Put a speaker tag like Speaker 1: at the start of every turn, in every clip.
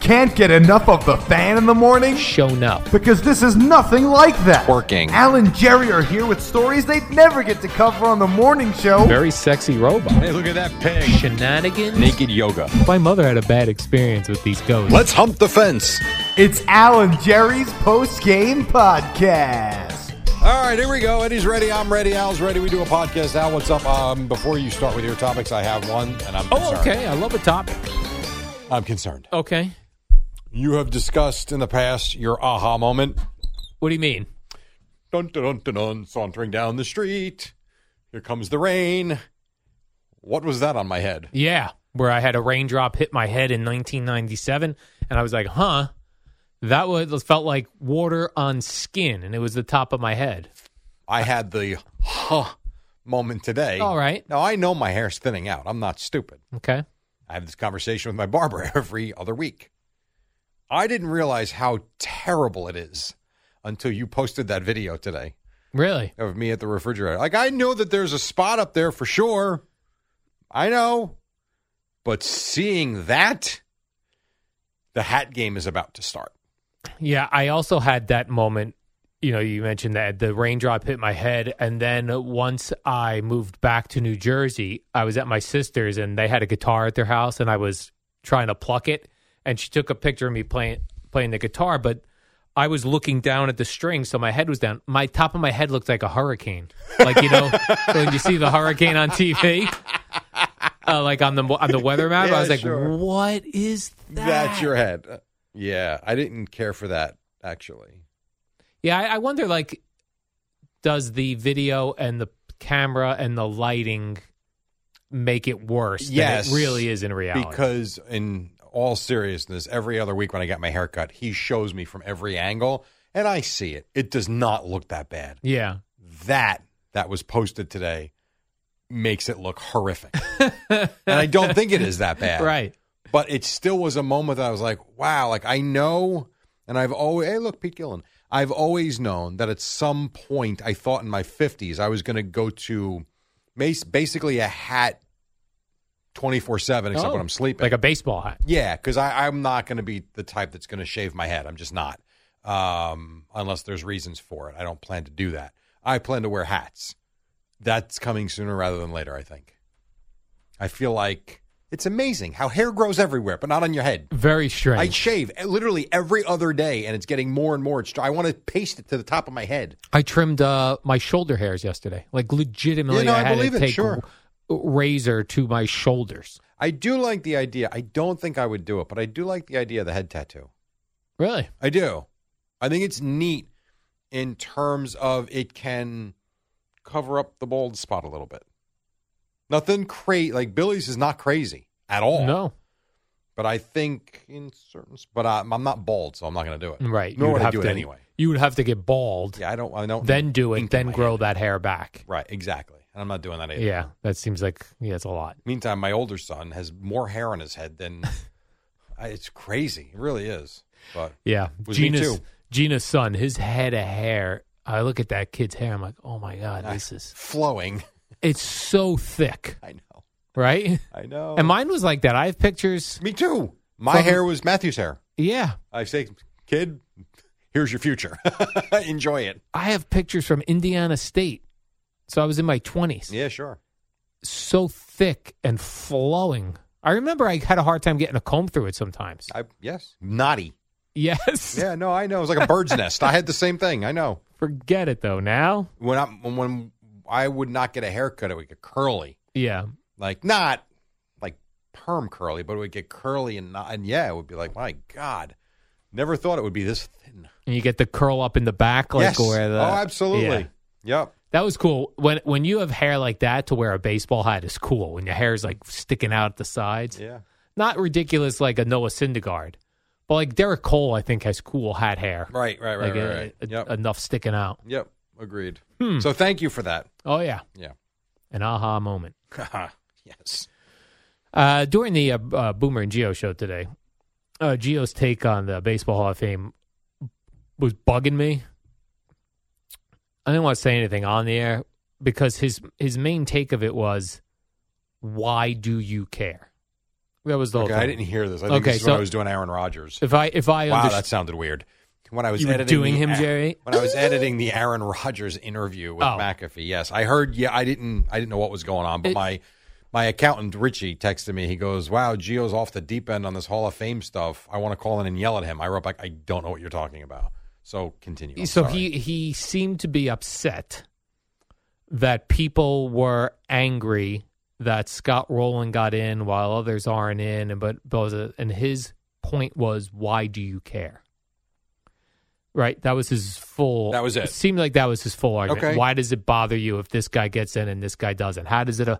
Speaker 1: Can't get enough of the fan in the morning?
Speaker 2: shown up.
Speaker 1: Because this is nothing like that.
Speaker 3: Working.
Speaker 1: Al and Jerry are here with stories they'd never get to cover on the morning show.
Speaker 2: Very sexy robot.
Speaker 3: Hey, look at that pig.
Speaker 2: Shenanigans.
Speaker 3: Naked yoga.
Speaker 2: My mother had a bad experience with these ghosts.
Speaker 3: Let's hump the fence.
Speaker 1: It's Al and Jerry's post game podcast.
Speaker 3: All right, here we go. Eddie's ready. I'm ready. Al's ready. We do a podcast. Al, what's up? Um, before you start with your topics, I have one, and I'm
Speaker 2: Oh,
Speaker 3: concerned.
Speaker 2: okay. I love a topic.
Speaker 3: I'm concerned.
Speaker 2: Okay.
Speaker 3: You have discussed in the past your aha moment.
Speaker 2: What do you mean?
Speaker 3: Dun dun dun dun dun. Sauntering down the street. Here comes the rain. What was that on my head?
Speaker 2: Yeah, where I had a raindrop hit my head in 1997, and I was like, huh. That was felt like water on skin, and it was the top of my head.
Speaker 3: I had the huh moment today.
Speaker 2: All right.
Speaker 3: Now I know my hair's thinning out. I'm not stupid.
Speaker 2: Okay.
Speaker 3: I have this conversation with my barber every other week. I didn't realize how terrible it is until you posted that video today
Speaker 2: Really?
Speaker 3: of me at the refrigerator. Like, I know that there's a spot up there for sure. I know. But seeing that, the hat game is about to start.
Speaker 2: Yeah, I also had that moment. You know, you mentioned that the raindrop hit my head. And then once I moved back to New Jersey, I was at my sister's and they had a guitar at their house and I was trying to pluck it. And she took a picture of me playing playing the guitar, but I was looking down at the strings, so my head was down. My top of my head looked like a hurricane. Like, you know, when you see the hurricane on TV, uh, like on the on the weather map,
Speaker 3: Yeah,
Speaker 2: I was like,
Speaker 3: sure.
Speaker 2: what is that?
Speaker 3: That's your head. Uh, Yeah, I didn't care for that, actually.
Speaker 2: Yeah, I, I wonder like, does the video and the camera and the lighting make it worse
Speaker 3: Yes,
Speaker 2: than it really is in reality?
Speaker 3: Because, in all seriousness, every other week when I get my hair cut, he shows me from every angle, and I see it. It does not look that bad.
Speaker 2: yeah,
Speaker 3: That that was posted today makes it look horrific, and I don't think it is that bad.
Speaker 2: right.
Speaker 3: But it still was a moment that I was like, wow. Like I know, and I've always hey, look, Pete Gillen. I've always known that at some point, I thought in my fifties I was going to go to mas- basically a hat. 24 7, except
Speaker 2: Oh,
Speaker 3: when I'm sleeping.
Speaker 2: Like a baseball hat.
Speaker 3: Yeah, because I'm not going to be the type that's going to shave my head. I'm just not, um, unless there's reasons for it. I don't plan to do that. I plan to wear hats. That's coming sooner rather than later. I think. I feel like it's amazing how hair grows everywhere, but not on your head.
Speaker 2: Very
Speaker 3: I
Speaker 2: strange.
Speaker 3: shave eh, literally every other day, and it's getting more and more. It's, I want to paste it to the top of my head.
Speaker 2: I, trimmed uh, my shoulder hairs yesterday. Like legitimately,
Speaker 3: Yeah, no, I
Speaker 2: I had
Speaker 3: believe it,
Speaker 2: to take
Speaker 3: sure.
Speaker 2: w- razor to my shoulders.
Speaker 3: I do like the idea. I don't think I would do it, but I do like the idea of the head tattoo.
Speaker 2: Really?
Speaker 3: I do. I think it's neat in terms of it can cover up the bald spot a little bit. Nothing crazy. Like Billy's is not crazy at all.
Speaker 2: No.
Speaker 3: But I think in certain. s- But I'm, I'm not bald, so I'm not going to do it.
Speaker 2: Right.
Speaker 3: Nor
Speaker 2: You'd
Speaker 3: would I
Speaker 2: have
Speaker 3: do
Speaker 2: to,
Speaker 3: it anyway.
Speaker 2: You would have to get bald,
Speaker 3: Yeah, I don't. I don't.
Speaker 2: then do it,
Speaker 3: ink in
Speaker 2: then
Speaker 3: my
Speaker 2: grow
Speaker 3: head.
Speaker 2: that hair back.
Speaker 3: Right. Exactly. And I'm not doing that either.
Speaker 2: Yeah, that seems like yeah, it's a lot.
Speaker 3: Meantime, my older son has more hair on his head than. I, it's crazy. It really is. But
Speaker 2: Yeah,
Speaker 3: Was me
Speaker 2: Gina's
Speaker 3: too.
Speaker 2: Gina's son, his head of hair. I look at that kid's hair. I'm like, oh my god,
Speaker 3: Ah.
Speaker 2: this is
Speaker 3: flowing.
Speaker 2: it's so thick,
Speaker 3: I know.
Speaker 2: right?
Speaker 3: I know.
Speaker 2: And mine was like that. I have pictures.
Speaker 3: Me too. My
Speaker 2: From-
Speaker 3: hair was Matthew's hair.
Speaker 2: Yeah,
Speaker 3: I say kid, here's your future. Enjoy it.
Speaker 2: I have pictures from Indiana State. So I was in my 20s.
Speaker 3: Yeah, sure.
Speaker 2: So thick and flowing. I remember I had a hard time getting a comb through it sometimes.
Speaker 3: I yes. Naughty.
Speaker 2: yes.
Speaker 3: Ah. Yeah, no, I know. It was like a bird's nest. I had the same thing. I know.
Speaker 2: Forget it though. Now,
Speaker 3: When I when I would not get a haircut, it would get curly.
Speaker 2: yeah.
Speaker 3: Like not like perm curly, but it would get curly and not, and yeah, it would be like, my God. Never thought it would be this thin.
Speaker 2: And you get the curl up in the back, like
Speaker 3: yes.
Speaker 2: where the
Speaker 3: oh, absolutely.
Speaker 2: Yeah.
Speaker 3: Yep.
Speaker 2: That was cool. When when you have hair like that to wear a baseball hat is cool. When your hair is like sticking out at the sides,
Speaker 3: Yeah.
Speaker 2: not ridiculous like a Noah Syndergaard, but like Derek Cole, I think has cool hat hair.
Speaker 3: Right, right, right,
Speaker 2: like
Speaker 3: right,
Speaker 2: uh,
Speaker 3: right.
Speaker 2: uh,
Speaker 3: Yep.
Speaker 2: enough sticking out.
Speaker 3: Yep. Agreed.
Speaker 2: Hmm.
Speaker 3: So thank you for that.
Speaker 2: Oh yeah,
Speaker 3: Yeah.
Speaker 2: an aha moment.
Speaker 3: yes.
Speaker 2: Uh, during the uh, uh, Boomer and Geo show today, uh, Geo's take on the Baseball Hall of Fame was bugging me. I didn't want to say anything on the air because his his main take of it was, "Why do you care?" That was the whole
Speaker 3: Okay,
Speaker 2: thing.
Speaker 3: I didn't hear this. I think
Speaker 2: Okay,
Speaker 3: this is
Speaker 2: so-
Speaker 3: when I was doing Aaron Rodgers.
Speaker 2: If I if I
Speaker 3: Wow,
Speaker 2: underst-
Speaker 3: that sounded weird. When I was
Speaker 2: You were
Speaker 3: editing
Speaker 2: doing
Speaker 3: the
Speaker 2: him,
Speaker 3: Aa-
Speaker 2: Jerry?
Speaker 3: When I was editing the Aaron Rodgers interview with
Speaker 2: Oh.
Speaker 3: McAfee, yes, I heard. Yeah, I didn't. I didn't know what was going on, but
Speaker 2: It-
Speaker 3: my my accountant Richie texted me. He goes, "Wow, Geo's off the deep end on this Hall of Fame stuff. I want to call in and yell at him." I wrote back, "I don't know what you're talking about." So continue. I'm
Speaker 2: so
Speaker 3: sorry.
Speaker 2: he he seemed to be upset that people were angry that Scott Rowland got in while others aren't in, and but but was- and his point was, why do you care? Right, that was his full.
Speaker 3: That was it.
Speaker 2: It seemed like that was his full argument.
Speaker 3: Okay.
Speaker 2: Why does it bother you if this guy gets in and this guy doesn't? How does it, a-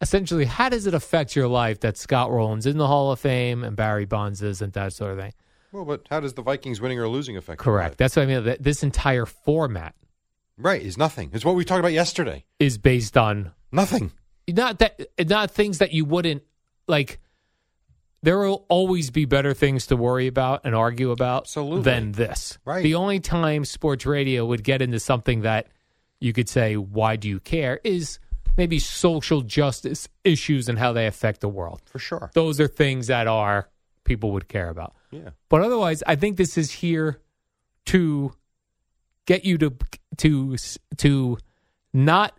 Speaker 2: essentially, how does it affect your life that Scott Rowland's in the Hall of Fame and Barry Bonds isn't that sort of thing?
Speaker 3: Well, but how does the Vikings winning or losing affect? your
Speaker 2: Correct. That's what I mean. That this entire format
Speaker 3: life? Right. Is nothing. It's what we talked about yesterday.
Speaker 2: is based on
Speaker 3: Nothing.
Speaker 2: not that not things that you wouldn't like. There will always be better things to worry about and argue about
Speaker 3: Absolutely.
Speaker 2: than this.
Speaker 3: Right.
Speaker 2: The only time sports radio would get into something that you could say, "Why do you care?" is maybe social justice issues and how they affect the world.
Speaker 3: For sure.
Speaker 2: Those are things that are people would care about.
Speaker 3: Yeah.
Speaker 2: But otherwise, I think this is here to get you to to to not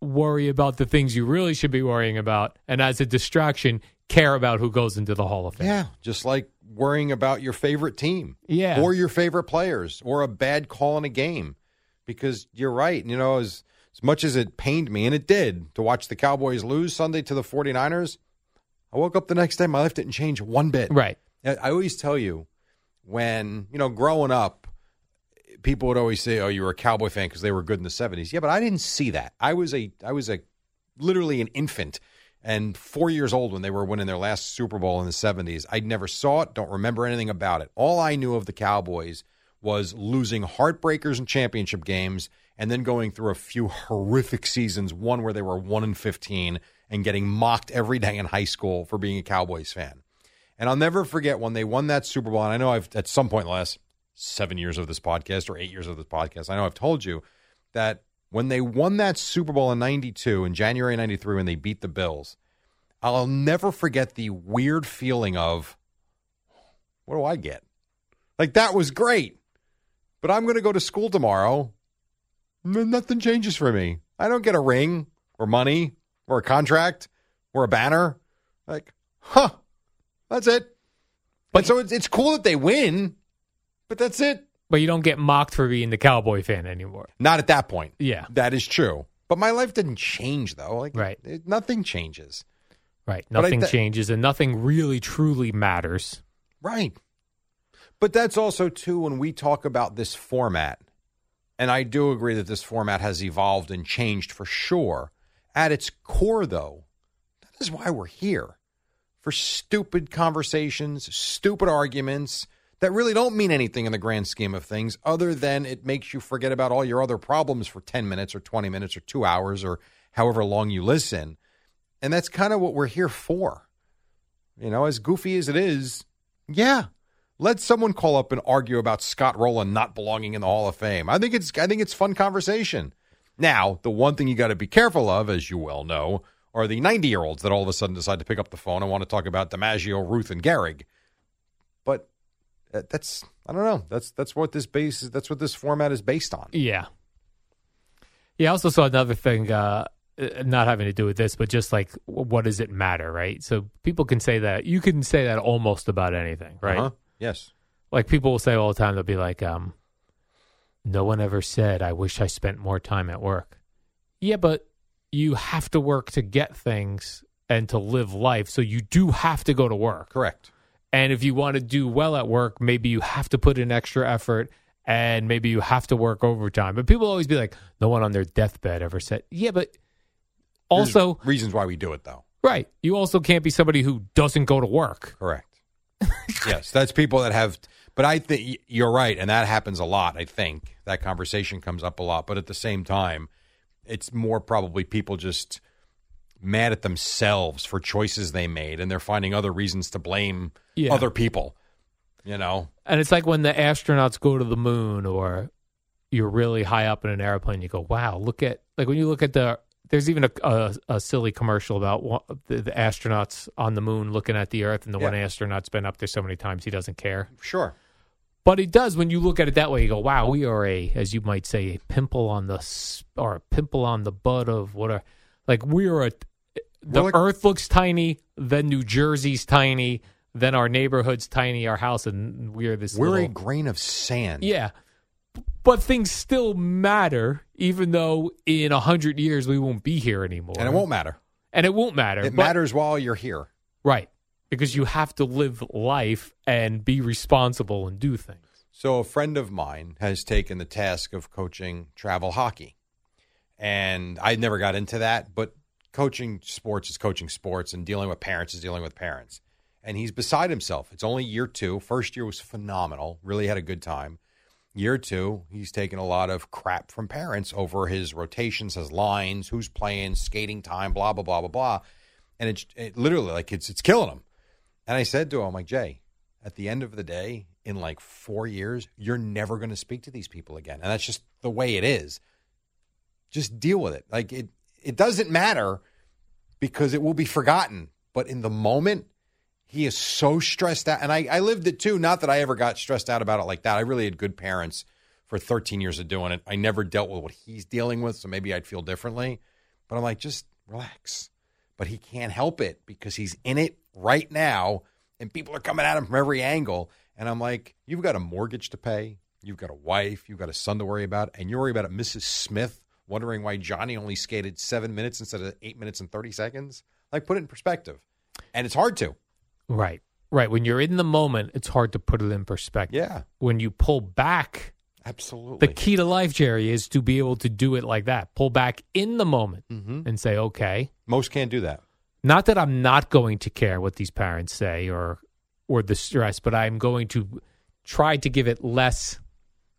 Speaker 2: worry about the things you really should be worrying about, and as a distraction, care about who goes into the Hall of Fame.
Speaker 3: Yeah, just like worrying about your favorite team.
Speaker 2: Yeah.
Speaker 3: Or your favorite players or a bad call in a game. Because you're right, you know, as as much as it pained me and it did to watch the Cowboys lose Sunday to the 49ers, I woke up the next day my life didn't change one bit.
Speaker 2: Right.
Speaker 3: I I always tell you when, you know, growing up, people would always say, "Oh, you were a Cowboy fan because they were good in the 70s." Yeah, but I didn't see that. I was a I was a literally an infant and 4 years old when they were winning their last Super Bowl in the 70s. I never saw it, don't remember anything about it. All I knew of the Cowboys was losing heartbreakers in championship games and then going through a few horrific seasons, one where they were 1 in 15 and getting mocked every day in high school for being a Cowboys fan. And I'll never forget when they won that Super Bowl. And I know I've at some point in the last seven years of this podcast or eight years of this podcast, I know I've told you that when they won that Super Bowl in '92 in January '93 when they beat the Bills, I'll never forget the weird feeling of what do I get? Like that was great, but I'm going to go to school tomorrow. N- Nothing changes for me. I don't get a ring or money or a contract or a banner. Like, huh? That's it. But so it's, it's cool that they win, but that's it.
Speaker 2: But you don't get mocked for being the Cowboy fan anymore.
Speaker 3: Not at that point.
Speaker 2: Yeah.
Speaker 3: That is true. But my life didn't change though. Like
Speaker 2: Right.
Speaker 3: it- nothing changes.
Speaker 2: Right.
Speaker 3: But I
Speaker 2: Nothing
Speaker 3: thi-
Speaker 2: changes, and nothing really truly matters.
Speaker 3: Right. But that's also too when we talk about this format. And I do agree that this format has evolved and changed for sure. At its core though, that is why we're here. For stupid conversations, stupid arguments that really don't mean anything in the grand scheme of things other than it makes you forget about all your other problems for 10 minutes or 20 minutes or 2 hours or however long you listen. And that's kind of what we're here for. You know, as goofy as it is, yeah. Let someone call up and argue about Scott Rowland not belonging in the Hall of Fame. I think it's I think it's fun conversation. Now, the one thing you got to be careful of, as you well know, are the 90-year-olds that all of a sudden decide to pick up the phone and want to talk about DiMaggio, Ruth, and Gehrig. But uh, that's I don't know. That's that's what this base is. That's what this format is based on.
Speaker 2: Yeah. Yeah, I also saw another thing, uh, uh, not having to do with this, but just like, w- what does it matter, right? So people can say that. You can say that almost about anything, right?
Speaker 3: Uh-huh. Yes.
Speaker 2: Like people will say all the time, they'll be like, um, no one ever said, I wish I spent more time at work. Yeah, but you have to work to get things and to live life. So you do have to go to work.
Speaker 3: Correct.
Speaker 2: And if you want to do well at work, maybe you have to put in extra effort and maybe you have to work overtime. But people always be like, no one on their deathbed ever said, yeah, but
Speaker 3: There's
Speaker 2: also,
Speaker 3: reasons why we do it though.
Speaker 2: right, you also can't be somebody who doesn't go to work.
Speaker 3: Correct. yes, that's people that have. But I think you're right, and that happens a lot. I think that conversation comes up a lot. But at the same time, it's more probably people just mad at themselves for choices they made, and they're finding other reasons to blame
Speaker 2: Yeah.
Speaker 3: other people. You know,
Speaker 2: And it's like when the astronauts go to the moon or you're really high up in an airplane, you go, wow, look at, like when you look at the, there's even a, a, a silly commercial about one, the, the astronauts on the moon looking at the Earth, and the one
Speaker 3: Yeah.
Speaker 2: astronaut's been up there so many times he doesn't care.
Speaker 3: sure.
Speaker 2: But it does when you look at it that way. You go, "Wow, we are a, as you might say, a pimple on the s- or a pimple on the bud of what are like we are a the
Speaker 3: We're like-
Speaker 2: Earth looks tiny, then New Jersey's tiny, then our neighborhood's tiny, our house, and we are this.
Speaker 3: We're a
Speaker 2: little,
Speaker 3: grain of sand.
Speaker 2: yeah, but things still matter, even though in a hundred years we won't be here anymore,
Speaker 3: and it won't matter.
Speaker 2: and it won't matter.
Speaker 3: It
Speaker 2: but-
Speaker 3: matters while you're here.
Speaker 2: right? Because you have to live life and be responsible and do things.
Speaker 3: So a friend of mine has taken the task of coaching travel hockey. And I never got into that, but coaching sports is coaching sports and dealing with parents is dealing with parents. And he's beside himself. It's only year two. First year was phenomenal. Really had a good time. Year two, he's taken a lot of crap from parents over his rotations, his lines, who's playing, skating time, blah, blah, blah, blah, blah. And it's it literally like it's it's killing him. And I said to him, I'm like, Jay, at the end of the day, in like four years, you're never going to speak to these people again. And that's just the way it is. Just deal with it. Like it, it doesn't matter because it will be forgotten. But in the moment, he is so stressed out. And I, I lived it too. Not that I ever got stressed out about it like that. I really had good parents for 13 years of doing it. I never dealt with what he's dealing with. So maybe I'd feel differently. But I'm like, just relax but he can't help it because he's in it right now and people are coming at him from every angle. And I'm like, you've got a mortgage to pay, you've got a wife, you've got a son to worry about, and you worry about a Mrs. Smith wondering why Johnny only skated seven minutes instead of eight minutes and 30 seconds. Like, put it in perspective. And it's hard to.
Speaker 2: Right. Right. When you're in the moment, it's hard to put it in perspective.
Speaker 3: Yeah,
Speaker 2: When you pull back,
Speaker 3: absolutely.
Speaker 2: the key to life, Jerry, is to be able to do it like that. Pull back in the moment
Speaker 3: Mm-hmm.
Speaker 2: and say, okay,
Speaker 3: Most can't do that.
Speaker 2: not that I'm not going to care what these parents say or or the stress, but I'm going to try to give it less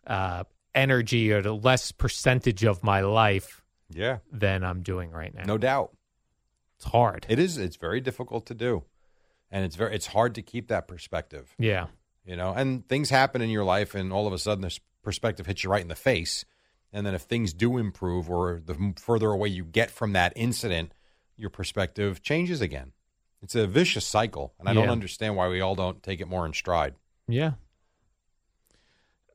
Speaker 2: uh, energy or the less percentage of my life
Speaker 3: Yeah.
Speaker 2: than I'm doing right now.
Speaker 3: No doubt.
Speaker 2: It's hard.
Speaker 3: It is, it's very difficult to do. And it's very, it's hard to keep that perspective.
Speaker 2: yeah.
Speaker 3: you know and things happen in your life and all of a sudden this perspective hits you right in the face and then if things do improve or the m- further away you get from that incident your perspective changes again it's a vicious cycle and i don't
Speaker 2: Yeah.
Speaker 3: understand why we all don't take it more in stride
Speaker 2: Yeah.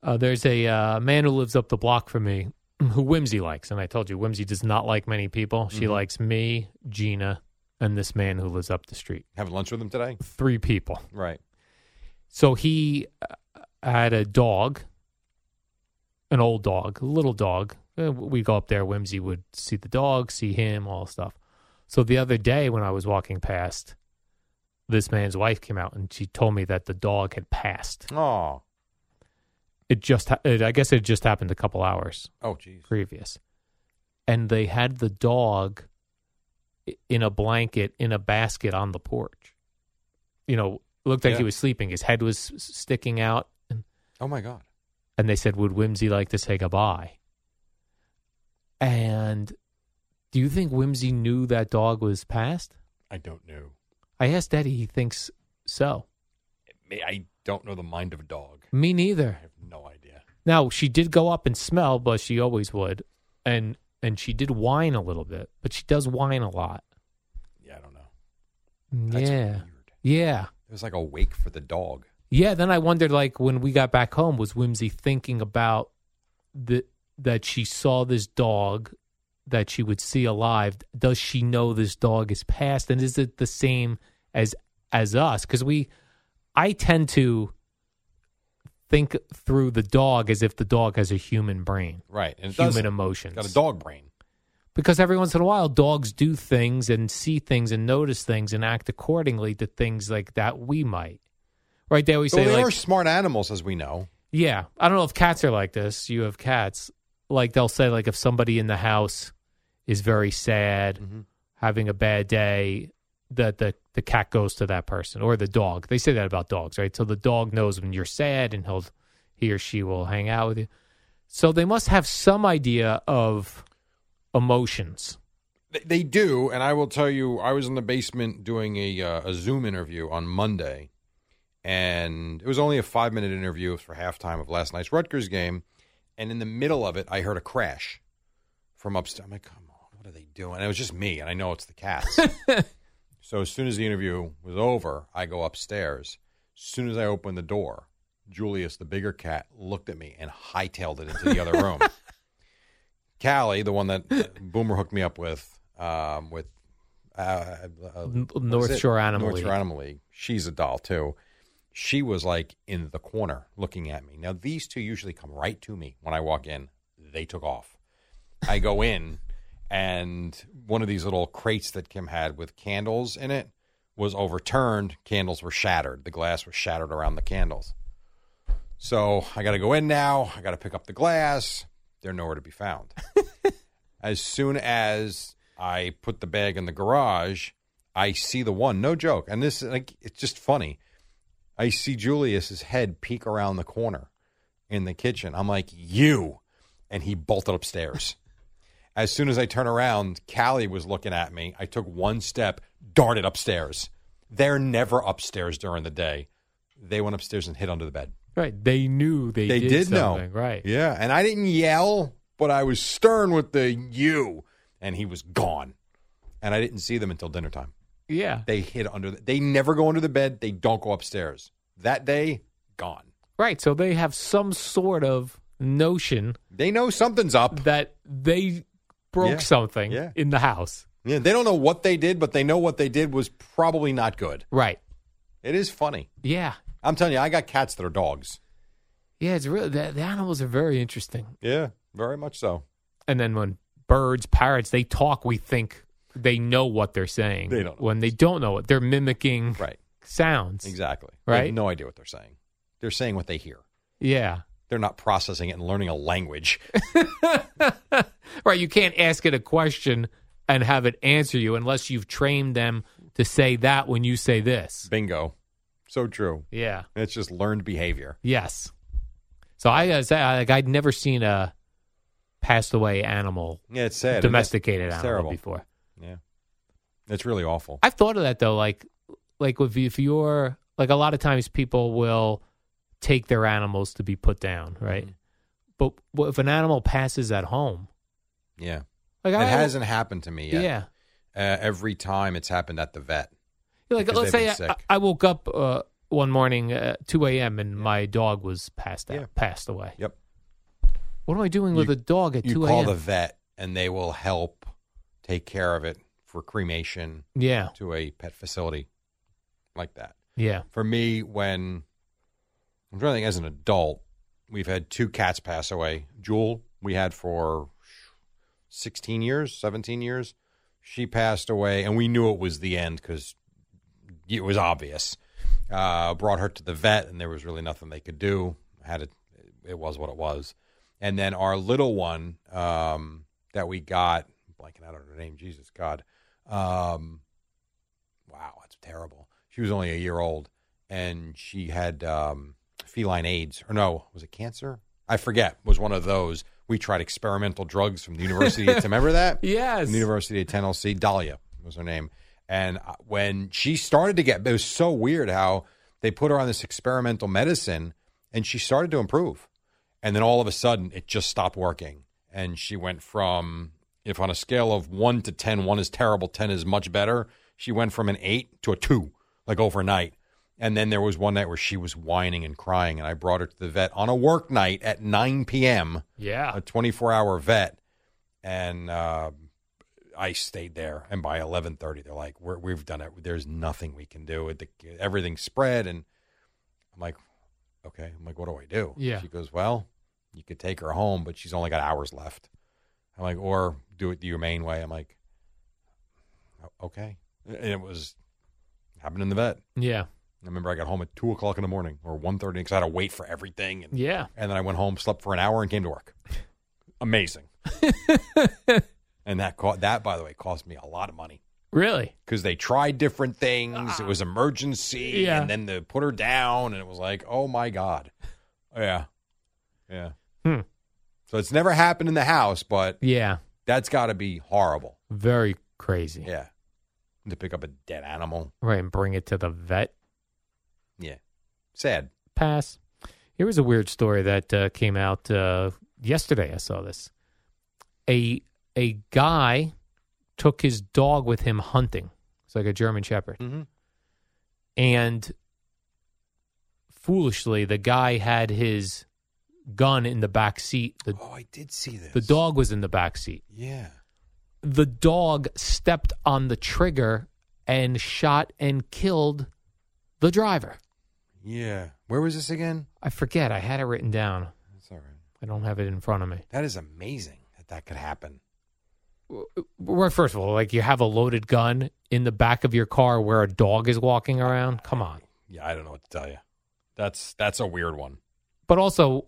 Speaker 2: Uh, there's a uh, man who lives up the block from me who Whimsy likes. And I told you, Whimsy does not like many people. She likes me, Gina, and this man who lives up the street.
Speaker 3: having lunch with them today
Speaker 2: Three people.
Speaker 3: right
Speaker 2: So he uh, had a dog, an old dog, a little dog. Uh, We go up there. Whimsy would see the dog, see him, all stuff. So the other day when I was walking past, this man's wife came out and she told me that the dog had passed.
Speaker 3: oh
Speaker 2: it just ha- it, i guess it just happened a couple hours
Speaker 3: oh jeez
Speaker 2: previous and they had the dog i- in a blanket in a basket on the porch you know looked like
Speaker 3: Yeah.
Speaker 2: he was sleeping his head was s- sticking out and,
Speaker 3: oh my god
Speaker 2: and they said would whimsy like to say goodbye and do you think whimsy knew that dog was passed
Speaker 3: i don't know
Speaker 2: i asked eddie he thinks so
Speaker 3: May- i don't know the mind of a dog
Speaker 2: me neither
Speaker 3: i have no idea
Speaker 2: Now she did go up and smell, but she always would, and and she did whine a little bit, but she does whine a lot.
Speaker 3: yeah i don't know That's
Speaker 2: yeah,
Speaker 3: weird.
Speaker 2: yeah,
Speaker 3: it was like a wake for the dog
Speaker 2: Yeah, then I wondered like when we got back home, was Whimsy thinking about the that she saw this dog that she would see alive? Does she know this dog is passed? And is it the same as as us? Because we I tend to think through the dog as if the dog has a human brain.
Speaker 3: Right. And it
Speaker 2: human
Speaker 3: doesn't.
Speaker 2: emotions.
Speaker 3: Got a dog brain.
Speaker 2: Because every once in a while dogs do things and see things and notice things and act accordingly to things like that we might. Right there we
Speaker 3: Well,
Speaker 2: say
Speaker 3: they
Speaker 2: like
Speaker 3: are smart animals, as we know.
Speaker 2: yeah, I don't know if cats are like this. You have cats. Like they'll say, like if somebody in the house is very sad,
Speaker 3: Mm-hmm.
Speaker 2: having a bad day, that the the cat goes to that person or the dog. They say that about dogs, right? So the dog knows when you're sad, and he'll he or she will hang out with you. So they must have some idea of emotions.
Speaker 3: They, they do, and I will tell you, I was in the basement doing a uh, a Zoom interview on Monday, and it was only a five minute interview for halftime of last night's Rutgers game, and in the middle of it, I heard a crash from upstairs. I'm like, come on, what are they doing? And it was just me, and I know it's the cats. so as soon as the interview was over, I go upstairs. As soon as I opened the door, Julius, the bigger cat, looked at me and hightailed it into the other room. Callie, the one that Boomer hooked me up with, um, with uh, uh,
Speaker 2: N-
Speaker 3: what
Speaker 2: North
Speaker 3: is it?
Speaker 2: Shore Animal
Speaker 3: North Shore
Speaker 2: League.
Speaker 3: Animal League. She's a doll too. She was like in the corner looking at me. Now these two usually come right to me when I walk in. They took off. I go in, and one of these little crates that Kim had with candles in it was overturned. Candles were shattered. The glass was shattered around the candles. So I got to go in now. I got to pick up the glass. They're nowhere to be found. as soon as I put the bag in the garage, I see the one. No joke. And this is like it's just funny. I see Julius's head peek around the corner in the kitchen. I'm like, "You." And he bolted upstairs. as soon as I turn around, Callie was looking at me. I took one step, darted upstairs. They're never upstairs during the day. They went upstairs and hid under the bed.
Speaker 2: Right? They knew they,
Speaker 3: They
Speaker 2: did,
Speaker 3: did, know.
Speaker 2: something, Right?
Speaker 3: Yeah. And I didn't yell, but I was stern with the you. And he was gone. And I didn't see them until dinner time.
Speaker 2: Yeah.
Speaker 3: They hid under the, they never go under the bed. They don't go upstairs. That day, gone.
Speaker 2: Right. So they have some sort of notion
Speaker 3: They know something's up.
Speaker 2: that they broke
Speaker 3: Yeah.
Speaker 2: something
Speaker 3: Yeah.
Speaker 2: in the house.
Speaker 3: Yeah, they don't know what they did, but they know what they did was probably not good.
Speaker 2: Right.
Speaker 3: It is funny.
Speaker 2: Yeah.
Speaker 3: I'm telling you, I got cats that are dogs.
Speaker 2: Yeah, it's really the, the animals are very interesting.
Speaker 3: Yeah, very much so.
Speaker 2: And then when birds, parrots, they talk, we think they know what they're saying.
Speaker 3: They don't know.
Speaker 2: When they don't know it, they're mimicking
Speaker 3: Right.
Speaker 2: sounds.
Speaker 3: Exactly. They
Speaker 2: Right.
Speaker 3: have no idea what they're saying. They're saying what they hear.
Speaker 2: Yeah.
Speaker 3: They're not processing it and learning a language.
Speaker 2: Right. You can't ask it a question and have it answer you unless you've trained them to say that when you say this.
Speaker 3: Bingo. So true.
Speaker 2: Yeah.
Speaker 3: It's just learned behavior.
Speaker 2: Yes. So I gotta say, I, like I'd never seen a passed away animal,
Speaker 3: Yeah, it's sad.
Speaker 2: domesticated
Speaker 3: It's
Speaker 2: animal
Speaker 3: terrible.
Speaker 2: before.
Speaker 3: It's really awful.
Speaker 2: I've thought of that though. Like, like if, if you're like a lot of times people will take their animals to be put down, right?
Speaker 3: Mm-hmm.
Speaker 2: But what if an animal passes at home?
Speaker 3: Yeah.
Speaker 2: Like
Speaker 3: It hasn't happened to me
Speaker 2: Yeah.
Speaker 3: yet. Uh, every time it's happened at the vet.
Speaker 2: Like
Speaker 3: Because
Speaker 2: let's
Speaker 3: they've
Speaker 2: say
Speaker 3: been
Speaker 2: I,
Speaker 3: sick.
Speaker 2: I woke up uh, one morning at two a.m. and my dog was passed out,
Speaker 3: Yeah.
Speaker 2: passed away.
Speaker 3: Yep.
Speaker 2: What am I doing with
Speaker 3: You-
Speaker 2: a dog at
Speaker 3: you
Speaker 2: two
Speaker 3: call
Speaker 2: a.m.?
Speaker 3: the vet and they will help take care of it for cremation
Speaker 2: yeah,
Speaker 3: to a pet facility like that.
Speaker 2: yeah,
Speaker 3: For me, when I'm trying to think as an adult, we've had two cats pass away. Jewel, we had for 16 years, 17 years. She passed away, and we knew it was the end because it was obvious. Uh, brought her to the vet, and there was really nothing they could do. Had it, it was what it was. And then our little one um, that we got, blanking out on her name, Jesus God. Um, wow, that's terrible. She was only a year old, and she had um, feline AIDS, or no, was it cancer? I forget. Was one of those. We tried experimental drugs from the University. of Remember that?
Speaker 2: yes.
Speaker 3: from the University of Tennessee. Dahlia was her name. And uh, when she started to get, it was so weird how they put her on this experimental medicine and she started to improve. And then all of a sudden, it just stopped working. And she went from, if on a scale of one to 10, one is terrible, 10 is much better. She went from an eight to a two, like overnight. And then there was one night where she was whining and crying, and I brought her to the vet on a work night at 9 p.m.,
Speaker 2: Yeah.
Speaker 3: a 24 hour vet. And uh, I stayed there. And by 11.30, they're like, we're, we've done it. There's nothing we can do. The, everything's spread. And I'm like, okay. I'm like, what do I do?
Speaker 2: Yeah.
Speaker 3: She goes, well, you could take her home, but she's only got hours left. I'm like, or do it the humane way. I'm like, "O- okay. And it was happened in the vet.
Speaker 2: Yeah.
Speaker 3: I remember I got home at two o'clock in the morning or one thirty because I had to wait for everything, and,
Speaker 2: Yeah.
Speaker 3: and then I went home, slept for an hour, and came to work. Amazing. and that co- that by the way cost me a lot of money
Speaker 2: Really?
Speaker 3: because they tried different things. it was emergency,
Speaker 2: Ah. Yeah.
Speaker 3: and then they put her down, and it was like, oh my god, yeah, yeah.
Speaker 2: Hmm.
Speaker 3: So it's never happened in the house, but
Speaker 2: Yeah.
Speaker 3: that's got to be horrible.
Speaker 2: Very crazy.
Speaker 3: Yeah, to pick up a dead animal.
Speaker 2: Right. And bring it to the vet.
Speaker 3: Yeah, sad.
Speaker 2: Pass. Here was a weird story that uh, came out uh, yesterday. I saw this. A a guy took his dog with him hunting. It's like a German Shepherd.
Speaker 3: Mhm.
Speaker 2: And foolishly, the guy had his gun in the back seat. The,
Speaker 3: Oh, I did see this.
Speaker 2: the dog was in the back seat.
Speaker 3: Yeah.
Speaker 2: the dog stepped on the trigger and shot and killed the driver.
Speaker 3: Yeah. Where was this again?
Speaker 2: I forget. I had it written down.
Speaker 3: That's all right.
Speaker 2: I don't have it in front of me.
Speaker 3: That is amazing that that could happen.
Speaker 2: Well, first of all, like you have a loaded gun in the back of your car where a dog is walking around. Come on.
Speaker 3: Yeah, I don't know what to tell you. That's that's a weird one.
Speaker 2: But also,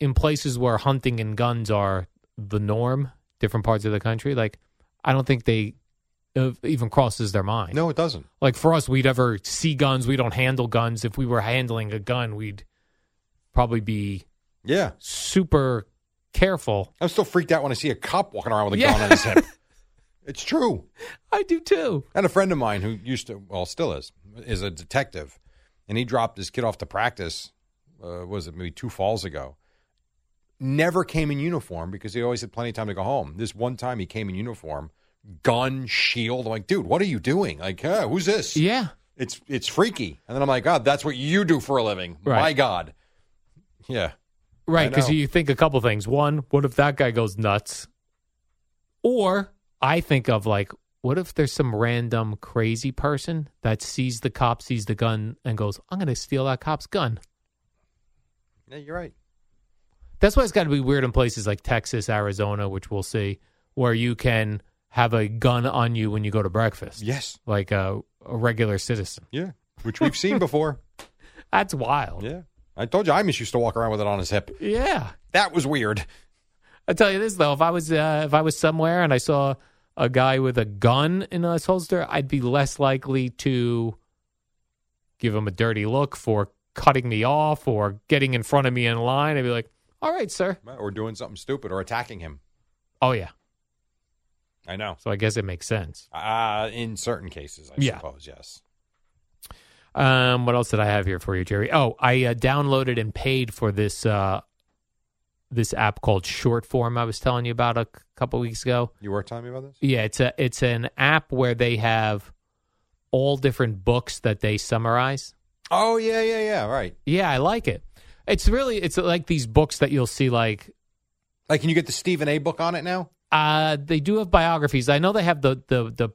Speaker 2: in places where hunting and guns are the norm, different parts of the country, like I don't think they uh, even crosses their mind.
Speaker 3: No, it doesn't.
Speaker 2: Like for us, we'd ever see guns. We don't handle guns. If we were handling a gun, we'd probably be
Speaker 3: Yeah.
Speaker 2: super careful.
Speaker 3: I'm still freaked out when I see a cop walking around with a
Speaker 2: Yeah.
Speaker 3: gun on his hip. It's true.
Speaker 2: I do too.
Speaker 3: And a friend of mine who used to, well, still is, is a detective, and he dropped his kid off to practice. Uh, was it maybe two falls ago? Never came in uniform because he always had plenty of time to go home. This one time he came in uniform, gun, shield. I'm like, dude, what are you doing? Like, huh, who's this?
Speaker 2: Yeah.
Speaker 3: It's it's freaky. And then I'm like, God, that's what you do for a living.
Speaker 2: Right.
Speaker 3: My God. Yeah.
Speaker 2: Right.
Speaker 3: I
Speaker 2: Because
Speaker 3: know.
Speaker 2: you think a couple things. One, what if that guy goes nuts? Or I think of like, what if there's some random crazy person that sees the cop, sees the gun, and goes, I'm going to steal that cop's gun?
Speaker 3: Yeah, you're right.
Speaker 2: That's why it's got to be weird in places like Texas, Arizona, which we'll see, where you can have a gun on you when you go to breakfast,
Speaker 3: Yes.
Speaker 2: like a, a regular citizen.
Speaker 3: Yeah. Which we've seen before.
Speaker 2: That's wild.
Speaker 3: Yeah. I told you Imus used to walk around with it on his hip.
Speaker 2: yeah.
Speaker 3: That was weird.
Speaker 2: I tell you this though, if I was uh, if I was somewhere and I saw a guy with a gun in his holster, I'd be less likely to give him a dirty look for cutting me off or getting in front of me in line. I'd be like, "All right, sir."
Speaker 3: Or doing something stupid or attacking him.
Speaker 2: Oh yeah.
Speaker 3: I know.
Speaker 2: So I guess it makes sense.
Speaker 3: Uh, in certain cases, I
Speaker 2: Yeah.
Speaker 3: suppose, yes.
Speaker 2: Um, what else did I have here for you, Jerry? Oh, I uh, downloaded and paid for this uh, this app called Shortform I was telling you about a c- couple weeks ago.
Speaker 3: You were telling me about this?
Speaker 2: Yeah, it's a it's an app where they have all different books that they summarize.
Speaker 3: Oh, yeah, yeah, yeah. Right.
Speaker 2: Yeah, I like it. It's really it's like these books that you'll see like
Speaker 3: Like, can you get the Stephen A book on it now?
Speaker 2: uh they do have biographies. I know they have the the the